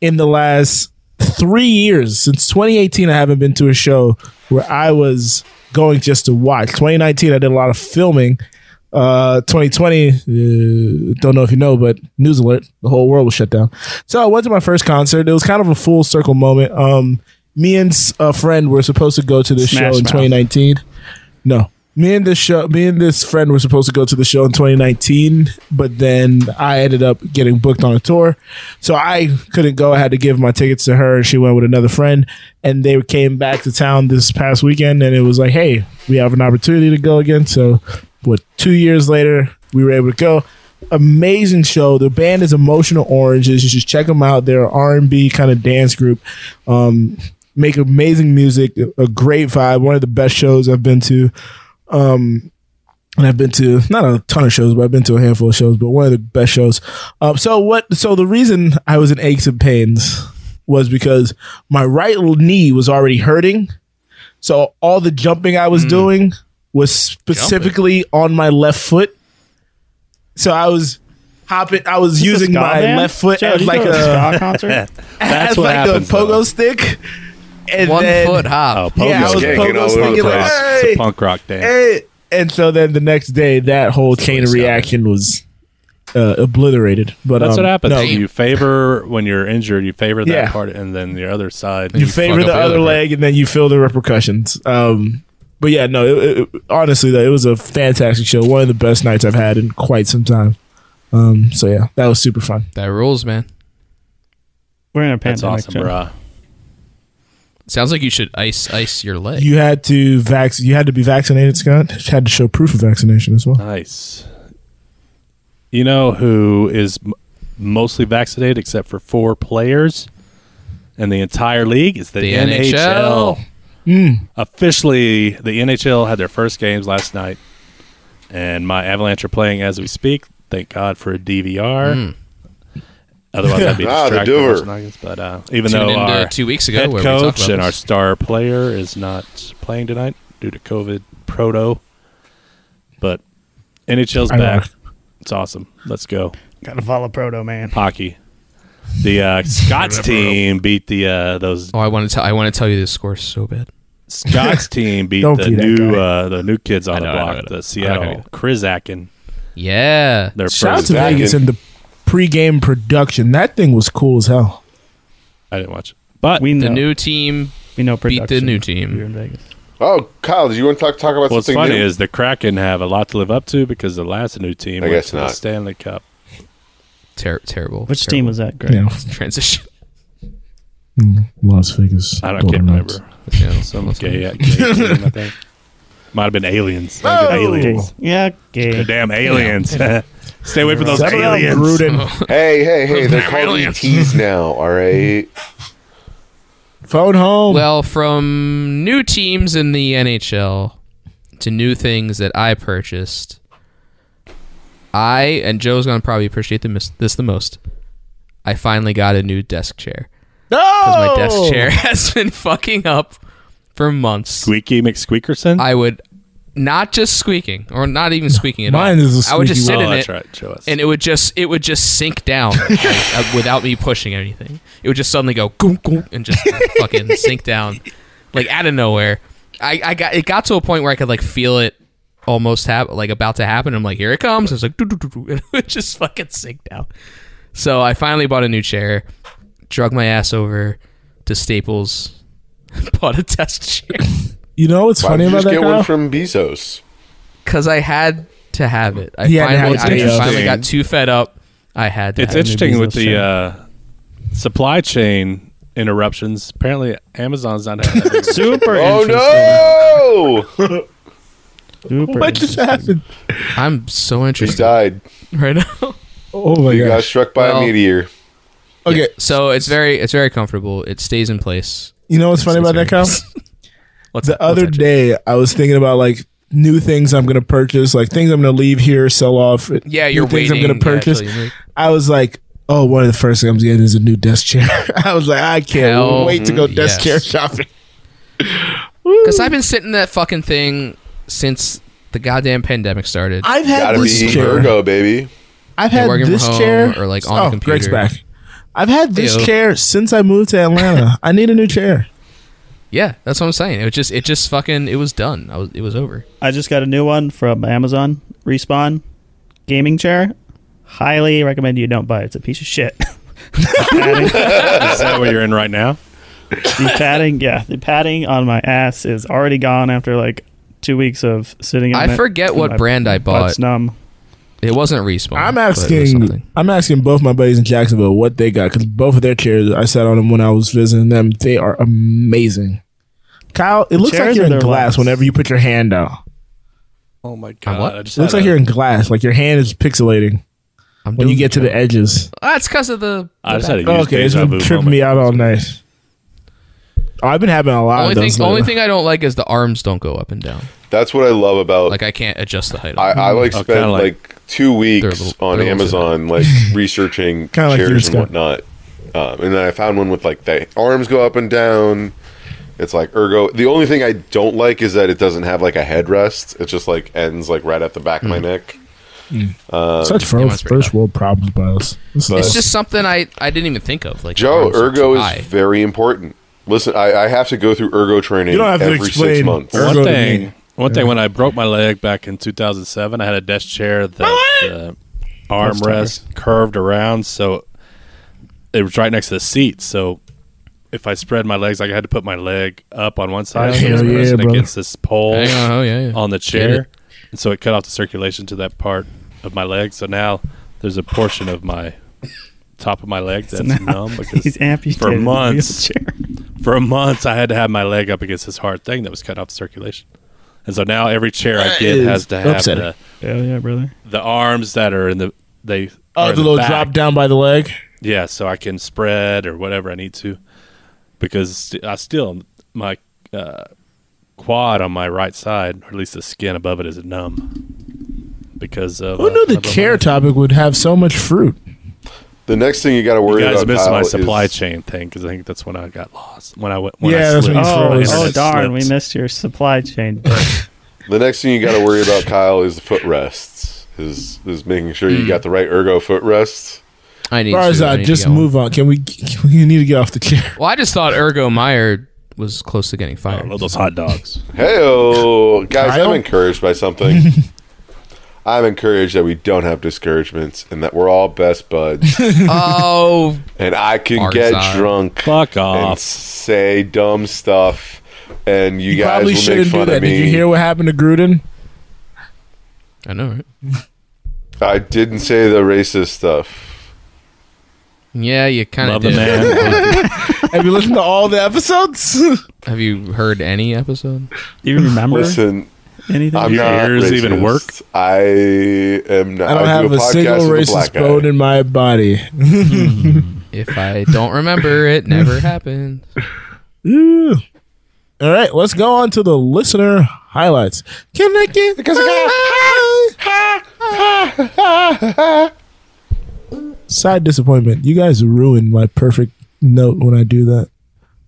Speaker 3: in the last three years. Since 2018, I haven't been to a show where I was going just to watch. 2019, I did a lot of filming. Uh, 2020, uh, don't know if you know, but news alert, the whole world was shut down. So I went to my first concert. It was kind of a full circle moment. Um, me and s- a friend were supposed to go to this
Speaker 2: Smash
Speaker 3: show in
Speaker 2: Mouth.
Speaker 3: 2019. No. Me and this show, me and this friend were supposed to go to the show in 2019, but then I ended up getting booked on a tour, so I couldn't go. I had to give my tickets to her, and she went with another friend, and they came back to town this past weekend, and it was like, hey, we have an opportunity to go again. So, what? Two years later, we were able to go. Amazing show. The band is Emotional Oranges. You should check them out. They're an R&B kind of dance group. Um, make amazing music, a great vibe. One of the best shows I've been to. Um, and I've been to not a ton of shows, but I've been to a handful of shows, but one of the best shows. Um, so what? So the reason I was in aches and pains was because my right knee was already hurting. So all the jumping I
Speaker 2: Hmm.
Speaker 3: was doing was specifically on my left foot. So I was hopping. I was
Speaker 2: Is this
Speaker 3: using
Speaker 2: ska
Speaker 3: my
Speaker 2: band?
Speaker 3: left foot
Speaker 2: Joe,
Speaker 3: as
Speaker 2: you
Speaker 3: like
Speaker 2: go to
Speaker 3: a
Speaker 2: ska concert.
Speaker 8: That's
Speaker 3: as
Speaker 8: what
Speaker 3: like
Speaker 8: happens.
Speaker 3: a pogo
Speaker 8: though.
Speaker 3: stick. And
Speaker 1: One
Speaker 3: then-
Speaker 1: foot
Speaker 8: Oh,
Speaker 1: hop.
Speaker 8: pogo
Speaker 3: Yeah, I was
Speaker 9: skanking
Speaker 8: stick.
Speaker 9: all
Speaker 3: pogo
Speaker 9: over
Speaker 3: sticking
Speaker 9: the
Speaker 3: like,
Speaker 9: place.
Speaker 8: It's
Speaker 3: hey,
Speaker 8: a punk rock dance.
Speaker 3: Hey. And so then the next day, that whole chain of reaction was uh, obliterated. But
Speaker 8: That's
Speaker 3: um,
Speaker 8: what happens.
Speaker 3: no,
Speaker 8: You favor when you're injured. You favor that
Speaker 3: Yeah.
Speaker 8: part, and then the other side.
Speaker 3: you favor
Speaker 1: fuck
Speaker 3: the
Speaker 1: up the
Speaker 3: other
Speaker 1: other
Speaker 3: leg, and then you feel the repercussions. Um, but yeah, no. It, it, honestly, though, it was a fantastic show. One of the best nights I've had in quite some time. Um, so yeah, that was super fun.
Speaker 1: That rules, man.
Speaker 2: We're in a
Speaker 8: That's
Speaker 2: pandemic.
Speaker 8: awesome,
Speaker 2: Joe.
Speaker 8: bruh.
Speaker 1: Sounds like you should ice ice your leg.
Speaker 3: You had to vac- You had to be vaccinated, Scott. You had to show proof of vaccination as well.
Speaker 8: Nice. You know who is m- mostly vaccinated, except for four players, and the entire league is the,
Speaker 1: The
Speaker 8: NHL.
Speaker 1: NHL.
Speaker 9: Hmm.
Speaker 8: Officially, the NHL had their first games last night, and my Avalanche are playing as we speak. Thank God for a DVR.
Speaker 1: Hmm.
Speaker 8: Otherwise, I'd be
Speaker 9: Ah, the
Speaker 8: distracted.
Speaker 9: doer.
Speaker 8: watching Nuggets, but uh, even
Speaker 1: Tune
Speaker 8: though
Speaker 1: into
Speaker 8: our
Speaker 1: two weeks ago
Speaker 8: head
Speaker 1: where we talked
Speaker 8: coach
Speaker 1: about
Speaker 8: and our
Speaker 1: this.
Speaker 8: star player is not playing tonight due to COVID proto, but NHL's
Speaker 3: I know.
Speaker 8: back. It's awesome. Let's go
Speaker 2: Gotta follow Proto Man.
Speaker 8: hockey. The uh, Scots team beat the uh, those
Speaker 1: Oh, I want to tell I want to tell you this score so bad.
Speaker 8: Scots team beat
Speaker 3: Don't
Speaker 8: the
Speaker 3: be that
Speaker 8: new
Speaker 3: guy.
Speaker 8: uh, the new kids
Speaker 1: know,
Speaker 8: on the
Speaker 1: I know, I
Speaker 8: block,
Speaker 1: know.
Speaker 8: the
Speaker 1: I
Speaker 8: Seattle
Speaker 1: know.
Speaker 8: Krizakin.
Speaker 1: Yeah.
Speaker 8: Their
Speaker 3: Shout out
Speaker 8: first
Speaker 3: to
Speaker 9: Vaccinated.
Speaker 3: Vegas and the pregame production. That thing was cool as hell.
Speaker 8: I didn't watch, it. but
Speaker 2: We know.
Speaker 1: The new team
Speaker 2: we know
Speaker 1: beat the
Speaker 2: production.
Speaker 1: new team.
Speaker 2: You're in Vegas.
Speaker 9: Oh, Kyle, did you want to talk, talk about
Speaker 8: what's
Speaker 9: something
Speaker 8: funny
Speaker 9: new?
Speaker 8: is the Kraken have a lot to live up to because the last new team
Speaker 9: I
Speaker 8: went
Speaker 9: guess
Speaker 8: to the
Speaker 9: not.
Speaker 8: Stanley Cup.
Speaker 1: ter- terrible.
Speaker 2: Which
Speaker 1: terrible
Speaker 2: team was that? Greg?
Speaker 3: You know,
Speaker 1: transition?
Speaker 3: Las Vegas.
Speaker 8: I don't
Speaker 3: Golden
Speaker 8: can't
Speaker 3: Knights.
Speaker 8: remember.
Speaker 1: Yeah,
Speaker 8: Some
Speaker 1: that's
Speaker 8: gay, gay team, I think. Might have been aliens. Might have been aliens.
Speaker 2: Yeah,
Speaker 8: The
Speaker 2: gay.
Speaker 8: damn aliens. Stay away from those
Speaker 3: Zebulon
Speaker 8: aliens.
Speaker 3: Gruden.
Speaker 9: hey, hey, hey, they're
Speaker 1: They're
Speaker 9: called
Speaker 1: aliens.
Speaker 9: ETs now, all right?
Speaker 3: Phone home.
Speaker 1: Well, from new teams in the NHL to new things that I purchased, I and Joe's gonna probably appreciate the mis- this the most. I finally got a new desk chair because my desk chair has been fucking up for months.
Speaker 8: Squeaky McSqueakerson.
Speaker 1: I would not just squeaking or not even squeaking at
Speaker 3: Mine
Speaker 1: all.
Speaker 3: is a
Speaker 1: I would just
Speaker 3: squeaky
Speaker 1: sit
Speaker 8: oh,
Speaker 1: in
Speaker 8: that's
Speaker 1: it
Speaker 8: right. Show us.
Speaker 1: and it would just it would just sink down like, uh, without me pushing anything. It would just suddenly go goom, goom, and just fucking sink down like out of nowhere. I, I got it got to a point where I could like feel it almost hap- like about to happen. I'm like, here it comes. It's like doo, doo, doo, doo, and it would just fucking sink down. So I finally bought a new chair, drug my ass over to Staples, bought a desk chair
Speaker 3: You know what's
Speaker 9: Why
Speaker 3: funny
Speaker 9: did you
Speaker 3: about
Speaker 9: just
Speaker 3: that,
Speaker 9: get
Speaker 3: Kyle?
Speaker 9: one from Bezos?
Speaker 1: because I had to have it. I
Speaker 3: He had to
Speaker 1: finally,
Speaker 3: have it.
Speaker 1: I finally
Speaker 8: Interesting.
Speaker 1: got too fed up. I had to.
Speaker 8: it's
Speaker 1: have it.
Speaker 8: interesting with
Speaker 2: business
Speaker 8: the uh, supply chain interruptions. Apparently, Amazon's not having that big of a-
Speaker 2: Super
Speaker 9: Oh,
Speaker 2: interesting.
Speaker 9: no!
Speaker 2: Super
Speaker 3: What just
Speaker 2: interesting.
Speaker 3: happened?
Speaker 1: I'm so
Speaker 9: he
Speaker 1: interested
Speaker 9: died.
Speaker 1: right now.
Speaker 3: Oh my
Speaker 9: He got
Speaker 3: gosh.
Speaker 9: struck by
Speaker 1: Well-
Speaker 9: a meteor.
Speaker 3: Okay.
Speaker 1: So it's very it's very comfortable. It stays in place.
Speaker 3: You know what's funny about that, Kyle? the other day, I was thinking about like new things I'm going to purchase, like things I'm going to leave here, sell off.
Speaker 1: Yeah,
Speaker 3: new
Speaker 1: you're
Speaker 3: things I'm
Speaker 1: waiting,
Speaker 3: going to
Speaker 1: yeah,
Speaker 3: purchase.
Speaker 1: till you move.
Speaker 3: I was like, oh, one of the first things I'm getting is a new desk chair. I was like, I can't
Speaker 1: Hell
Speaker 3: wait to go
Speaker 1: yes.
Speaker 3: desk chair shopping.
Speaker 1: Because I've been sitting in that fucking thing since the goddamn pandemic started.
Speaker 3: I've had
Speaker 9: Gotta
Speaker 3: this
Speaker 9: be
Speaker 3: chair.
Speaker 9: Virgo, baby.
Speaker 3: I've
Speaker 1: Yeah,
Speaker 3: had
Speaker 1: working from
Speaker 3: this
Speaker 1: home
Speaker 3: chair
Speaker 1: or, like, on a
Speaker 3: oh, Greg's
Speaker 1: computer.
Speaker 3: back. I've had this
Speaker 1: Ew.
Speaker 3: chair since I moved to Atlanta. I need a new chair.
Speaker 1: Yeah, that's what I'm saying. It was just, it just fucking, it was done. I was, it was over.
Speaker 2: I just got a new one from Amazon, Respawn gaming chair. Highly recommend you don't buy it. It's a piece of shit.
Speaker 8: Is that what you're in right now?
Speaker 2: the padding, yeah, the padding on my ass is already gone after like two weeks of sitting. In
Speaker 1: I
Speaker 2: it.
Speaker 1: forget what
Speaker 2: My
Speaker 1: brand I bought.
Speaker 2: butt's numb.
Speaker 1: It wasn't respawn.
Speaker 3: I'm
Speaker 1: but it was
Speaker 3: asking.
Speaker 1: something.
Speaker 3: I'm asking both my buddies in Jacksonville what they got because both of their chairs I sat on them when I was visiting them. They are amazing. Kyle, it looks like
Speaker 2: chairs
Speaker 3: you're
Speaker 2: or
Speaker 3: in
Speaker 2: their
Speaker 3: glass
Speaker 2: laps?
Speaker 3: whenever you put your hand out.
Speaker 8: Oh my
Speaker 1: I'm what?
Speaker 8: god! I just
Speaker 3: It looks
Speaker 8: had
Speaker 3: like
Speaker 8: a-
Speaker 3: you're in glass. Like your hand is pixelating
Speaker 1: I'm
Speaker 3: when you
Speaker 1: doing
Speaker 3: get to the edges.
Speaker 1: Ah, it's because of the.
Speaker 8: I just had a used
Speaker 3: Okay, it's
Speaker 8: deja
Speaker 3: been
Speaker 8: vu
Speaker 3: tripping
Speaker 8: moment.
Speaker 3: me out all night. Oh, I've been having a lot
Speaker 1: only
Speaker 3: of those.
Speaker 1: thing, only
Speaker 3: lately.
Speaker 1: thing I don't like is the arms don't go up and down.
Speaker 9: That's what I love about.
Speaker 1: Like I can't adjust the height.
Speaker 9: I, I like
Speaker 8: Oh,
Speaker 9: spent
Speaker 8: kinda
Speaker 9: like,
Speaker 8: like-
Speaker 9: two
Speaker 1: They're a
Speaker 9: weeks
Speaker 1: little-
Speaker 9: on
Speaker 1: they're a little
Speaker 9: Amazon, like researching
Speaker 3: Kinda like yours,
Speaker 9: chairs and
Speaker 3: Scott.
Speaker 9: whatnot. Um, and then I found one with like the arms go up and down. It's like ergo. The only thing I don't like is that it doesn't have like a headrest. It just like ends like right at the back of
Speaker 1: Hmm.
Speaker 9: my neck.
Speaker 3: Such
Speaker 1: mine's
Speaker 3: first,
Speaker 1: pretty
Speaker 3: first
Speaker 1: tough.
Speaker 3: world problems by us. This
Speaker 1: it's
Speaker 3: is-
Speaker 1: just something I, I didn't even think of. Like
Speaker 9: Joe,
Speaker 1: arms are too
Speaker 9: ergo is
Speaker 1: high.
Speaker 9: very important. Listen, I, I have to go through ergo training
Speaker 3: You don't have to
Speaker 9: every six
Speaker 3: explain
Speaker 9: months.
Speaker 3: ergo.
Speaker 8: One
Speaker 3: to
Speaker 8: thing,
Speaker 3: me.
Speaker 8: one thing. When I broke my leg back in 2007, I had a desk chair that the armrest curved around, so it was right next to the seat. So if I spread my legs, like I had to put my leg up on one side, so it was
Speaker 3: Hell yeah,
Speaker 8: pressing
Speaker 3: brother.
Speaker 8: against this pole
Speaker 1: Hang on, oh yeah, yeah.
Speaker 8: on the
Speaker 1: Get it.
Speaker 8: chair, and so it cut off the circulation to that part of my leg. So now there's a portion of my top of my leg that's numb because
Speaker 2: He's amputated
Speaker 8: for
Speaker 2: in a
Speaker 8: months
Speaker 2: wheelchair.
Speaker 8: for months I had to have my leg up against this hard thing that was cut off the circulation. And so now every chair I get
Speaker 3: is
Speaker 8: has to have
Speaker 3: upsetting.
Speaker 8: the,
Speaker 2: Hell yeah, brother!
Speaker 8: the arms that are in the they are
Speaker 3: oh,
Speaker 8: in
Speaker 3: the little
Speaker 8: back.
Speaker 3: drop down by the leg.
Speaker 8: Yeah, so I can spread or whatever I need to because I still my uh, quad on my right side, or at least the skin above it is numb because of
Speaker 3: Who
Speaker 8: uh,
Speaker 3: knew the
Speaker 8: above my
Speaker 3: chair
Speaker 8: leg.
Speaker 3: topic would have so much fruit?
Speaker 9: The next thing you got to
Speaker 8: You
Speaker 9: worry
Speaker 8: guys
Speaker 9: about
Speaker 8: missed my
Speaker 9: Kyle,
Speaker 8: supply
Speaker 9: is-
Speaker 8: chain thing because I think that's when I got lost when I went when
Speaker 3: Yeah,
Speaker 8: I
Speaker 3: that's
Speaker 8: slipped.
Speaker 3: when you
Speaker 8: My
Speaker 3: froze.
Speaker 2: Oh,
Speaker 8: internet
Speaker 2: oh darn! We
Speaker 8: slipped.
Speaker 2: missed your supply chain.
Speaker 9: The next thing you got to worry about, Kyle, is the footrests. Is is making sure
Speaker 3: Hmm.
Speaker 9: you got the right ergo footrests.
Speaker 1: I need. to, I
Speaker 3: Farzad,
Speaker 1: need
Speaker 3: just
Speaker 1: to get one.
Speaker 3: move on. Can we? We need to get off the chair.
Speaker 1: Well, I just thought Ergo Meyer was close to getting
Speaker 8: I
Speaker 1: fired.
Speaker 8: love those hot dogs.
Speaker 9: Hey, guys,
Speaker 3: Kyle?
Speaker 9: I'm encouraged by something. I'm encouraged that we don't have discouragements and that we're all best buds.
Speaker 1: oh,
Speaker 9: and I can
Speaker 1: Far
Speaker 9: get
Speaker 1: side.
Speaker 9: drunk
Speaker 8: Fuck
Speaker 9: and
Speaker 8: off.
Speaker 9: say dumb stuff, and you,
Speaker 3: You
Speaker 9: guys
Speaker 3: probably
Speaker 9: will make
Speaker 3: shouldn't do
Speaker 9: fun
Speaker 3: that.
Speaker 9: of me.
Speaker 3: Did you hear what happened to Gruden?
Speaker 1: I know, right?
Speaker 9: I didn't say the racist stuff.
Speaker 1: Yeah, you kind of
Speaker 8: Love the
Speaker 1: did.
Speaker 8: man.
Speaker 3: Have you listened to all the episodes?
Speaker 1: Have you heard any episode?
Speaker 2: Do you remember
Speaker 9: Listen,
Speaker 2: anything?
Speaker 9: I'm
Speaker 8: Your
Speaker 9: not
Speaker 8: ears
Speaker 9: racist.
Speaker 8: even work?
Speaker 9: I am not.
Speaker 3: I don't have
Speaker 9: do
Speaker 3: a,
Speaker 9: podcast
Speaker 3: single
Speaker 9: with a black
Speaker 3: racist
Speaker 9: guy.
Speaker 3: bone in my body.
Speaker 1: If I don't remember, it never happened.
Speaker 3: Ooh. all right, let's go on to the listener highlights. Can I get? Because I got. Side disappointment. You guys ruined my perfect note when I do that.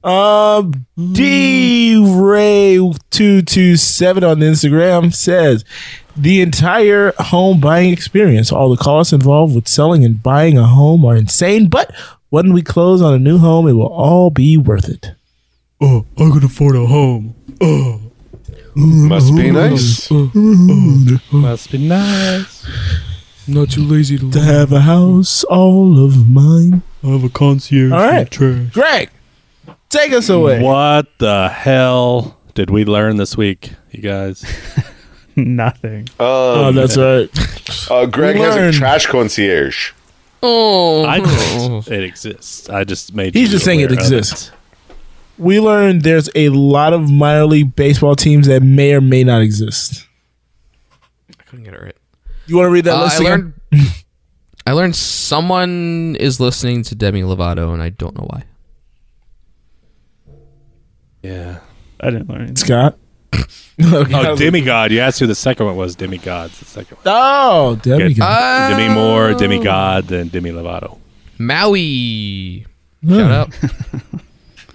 Speaker 3: Um, D Ray two two seven on Instagram says the entire home buying experience, all the costs involved with selling and buying a home, are insane. But when we close on a new home, it will all be worth it. Oh, I can afford a home. Oh,
Speaker 9: Must be nice.
Speaker 8: Must be nice.
Speaker 2: Not too lazy to.
Speaker 3: to have a house all of mine.
Speaker 2: I have a concierge.
Speaker 3: All right, Greg, take us away.
Speaker 8: What the hell did we learn this week, you guys?
Speaker 2: Nothing.
Speaker 3: Oh,
Speaker 9: Um,
Speaker 3: that's right.
Speaker 9: uh, Greg
Speaker 3: We
Speaker 9: has a
Speaker 3: learned.
Speaker 9: trash concierge.
Speaker 1: Oh,
Speaker 8: I just, it exists. I just made.
Speaker 3: He's
Speaker 8: you
Speaker 3: just saying it
Speaker 8: aware of
Speaker 3: exists. We learned there's a lot of minor league baseball teams that may or may not exist.
Speaker 1: I couldn't get it right.
Speaker 3: You want to read that
Speaker 1: Uh,
Speaker 3: list
Speaker 1: I
Speaker 3: again?
Speaker 1: learned. I learned someone is listening to Demi Lovato, and I don't know why.
Speaker 8: Yeah.
Speaker 2: I didn't learn anything.
Speaker 3: Scott?
Speaker 8: Oh, demigod. You asked who the second one was. Demigod's the second one.
Speaker 3: Oh, Demi.
Speaker 8: Good. Demi Moore, demigod, then Demi Lovato.
Speaker 1: Maui. Shout out.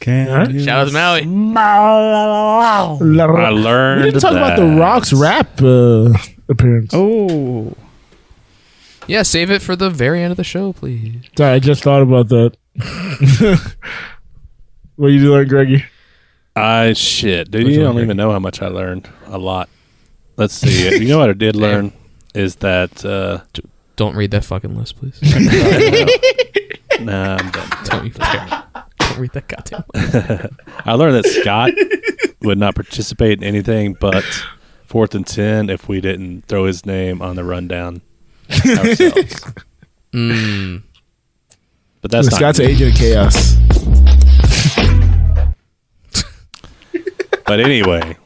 Speaker 2: Can
Speaker 1: Shout out to Maui.
Speaker 8: I learned
Speaker 3: We didn't talk about the
Speaker 8: that.
Speaker 3: Rock's rap uh, appearance.
Speaker 2: Oh,
Speaker 1: Yeah, save it for the very end of the show, please.
Speaker 3: Sorry, I just thought about that. what you doing, Greggy?
Speaker 8: I shit, dude.
Speaker 1: Which
Speaker 8: you
Speaker 1: one,
Speaker 8: don't
Speaker 1: Greg?
Speaker 8: even know how much I learned. A lot. Let's see. you know what I did learn is that. Uh,
Speaker 1: Don't read that fucking list, please.
Speaker 8: nah, I'm done.
Speaker 1: Don't even care. Don't read that goddamn list.
Speaker 8: I learned that Scott would not participate in anything but fourth and ten if we didn't throw his name on the rundown ourselves.
Speaker 9: Mm.
Speaker 8: But that's not.
Speaker 3: Scott's an agent of chaos.
Speaker 8: But anyway,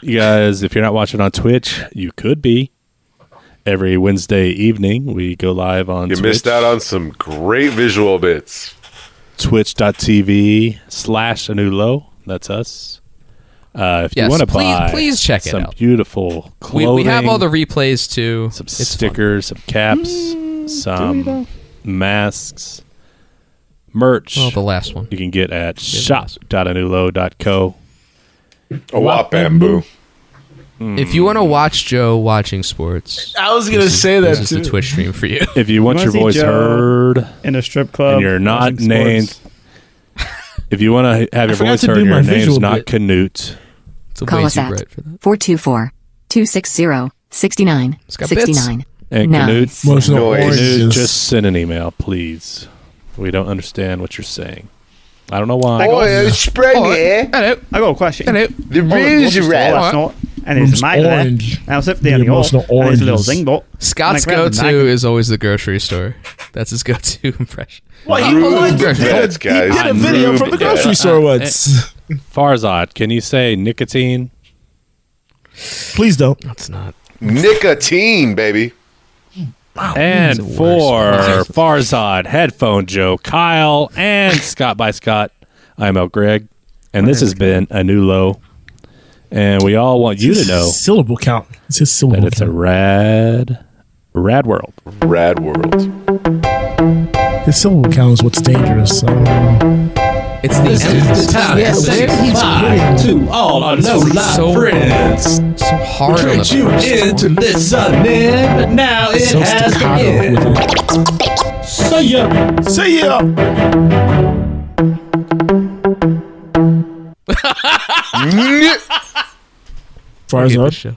Speaker 8: you guys, if you're not watching on Twitch, you could be. Every Wednesday evening, we go live on
Speaker 9: You
Speaker 8: Twitch,
Speaker 9: missed out on some great visual bits.
Speaker 8: twitch.tv slash Anulo. That's us. Uh, if
Speaker 1: Yes,
Speaker 8: you want to
Speaker 1: please-
Speaker 8: buy
Speaker 1: please check it
Speaker 8: some
Speaker 1: out.
Speaker 8: beautiful
Speaker 1: We,
Speaker 8: clothing,
Speaker 1: we have all the replays too.
Speaker 8: some
Speaker 1: It's fun. Mm,
Speaker 8: stickers, some caps, some masks, merch
Speaker 1: Well, the last one.
Speaker 8: you can get at
Speaker 1: that's-
Speaker 8: shop.anulo.co.
Speaker 9: A wop bamboo.
Speaker 8: Mm.
Speaker 1: If you want to watch Joe watching sports,
Speaker 3: I was gonna say
Speaker 1: this is the Twitch stream for you.
Speaker 8: If you want
Speaker 2: wanna
Speaker 8: your
Speaker 2: see
Speaker 8: voice
Speaker 2: Joe?
Speaker 8: heard,
Speaker 2: in a strip club.
Speaker 8: And you're not
Speaker 2: watching
Speaker 8: named-
Speaker 2: sports.
Speaker 8: If you want to have your
Speaker 3: forgot
Speaker 8: voice
Speaker 3: to
Speaker 8: heard,
Speaker 3: do
Speaker 8: and your
Speaker 3: my
Speaker 8: name's
Speaker 3: visual
Speaker 8: not
Speaker 3: bit.
Speaker 8: Canute.
Speaker 1: It's a
Speaker 11: Call
Speaker 1: way
Speaker 11: us
Speaker 1: too
Speaker 11: at
Speaker 1: bright for that.
Speaker 11: 424 260 69
Speaker 1: got bits.
Speaker 11: 69.
Speaker 8: And
Speaker 11: Nice.
Speaker 8: Canute,
Speaker 3: Emotional
Speaker 9: Noise.
Speaker 8: Canute
Speaker 3: oranges.
Speaker 8: just send an email, please. We don't understand what you're saying. I don't know why.
Speaker 3: Oh,
Speaker 1: Springy. Hello.
Speaker 2: I got a question.
Speaker 1: Hello.
Speaker 2: The
Speaker 1: bridge is red.
Speaker 2: Last night, and it's
Speaker 3: Room's
Speaker 2: my there. And
Speaker 3: orange.
Speaker 2: I was up there
Speaker 3: The
Speaker 2: in the
Speaker 3: emotional
Speaker 2: hall, and there's a little
Speaker 3: oranges.
Speaker 2: zing bot.
Speaker 1: Scott's
Speaker 2: And I
Speaker 1: go
Speaker 2: grabbed
Speaker 1: to
Speaker 2: the
Speaker 1: is always the grocery store. That's his go to impression.
Speaker 9: Rude
Speaker 1: Greg.
Speaker 9: bets, guys.
Speaker 3: Did a video
Speaker 9: Rude
Speaker 3: from the
Speaker 9: bets.
Speaker 3: grocery store once.
Speaker 8: Farzad, can you say nicotine?
Speaker 3: Please don't.
Speaker 1: That's not.
Speaker 9: Nicotine, baby.
Speaker 8: and
Speaker 1: the worst.
Speaker 8: for Farzad, headphone Joe, Kyle, and Scott by Scott, I'm El Greg, and this has been a new low. And we all want you to know
Speaker 3: Syllable count. It's his
Speaker 8: that
Speaker 3: syllable
Speaker 8: it's a
Speaker 3: count.
Speaker 8: rad, rad world.
Speaker 9: Rad world.
Speaker 3: his syllable count is what's dangerous. Um,
Speaker 1: It's the end. It's
Speaker 5: to all our no live
Speaker 1: So-
Speaker 5: friends.
Speaker 1: so hard on the
Speaker 5: Tricked you
Speaker 1: first one.
Speaker 5: into this Sunday, but now it
Speaker 3: so
Speaker 5: has
Speaker 3: staccato
Speaker 5: begun.
Speaker 3: with it.
Speaker 5: So you
Speaker 3: See ya.
Speaker 1: Get this
Speaker 3: Farzad.
Speaker 1: show.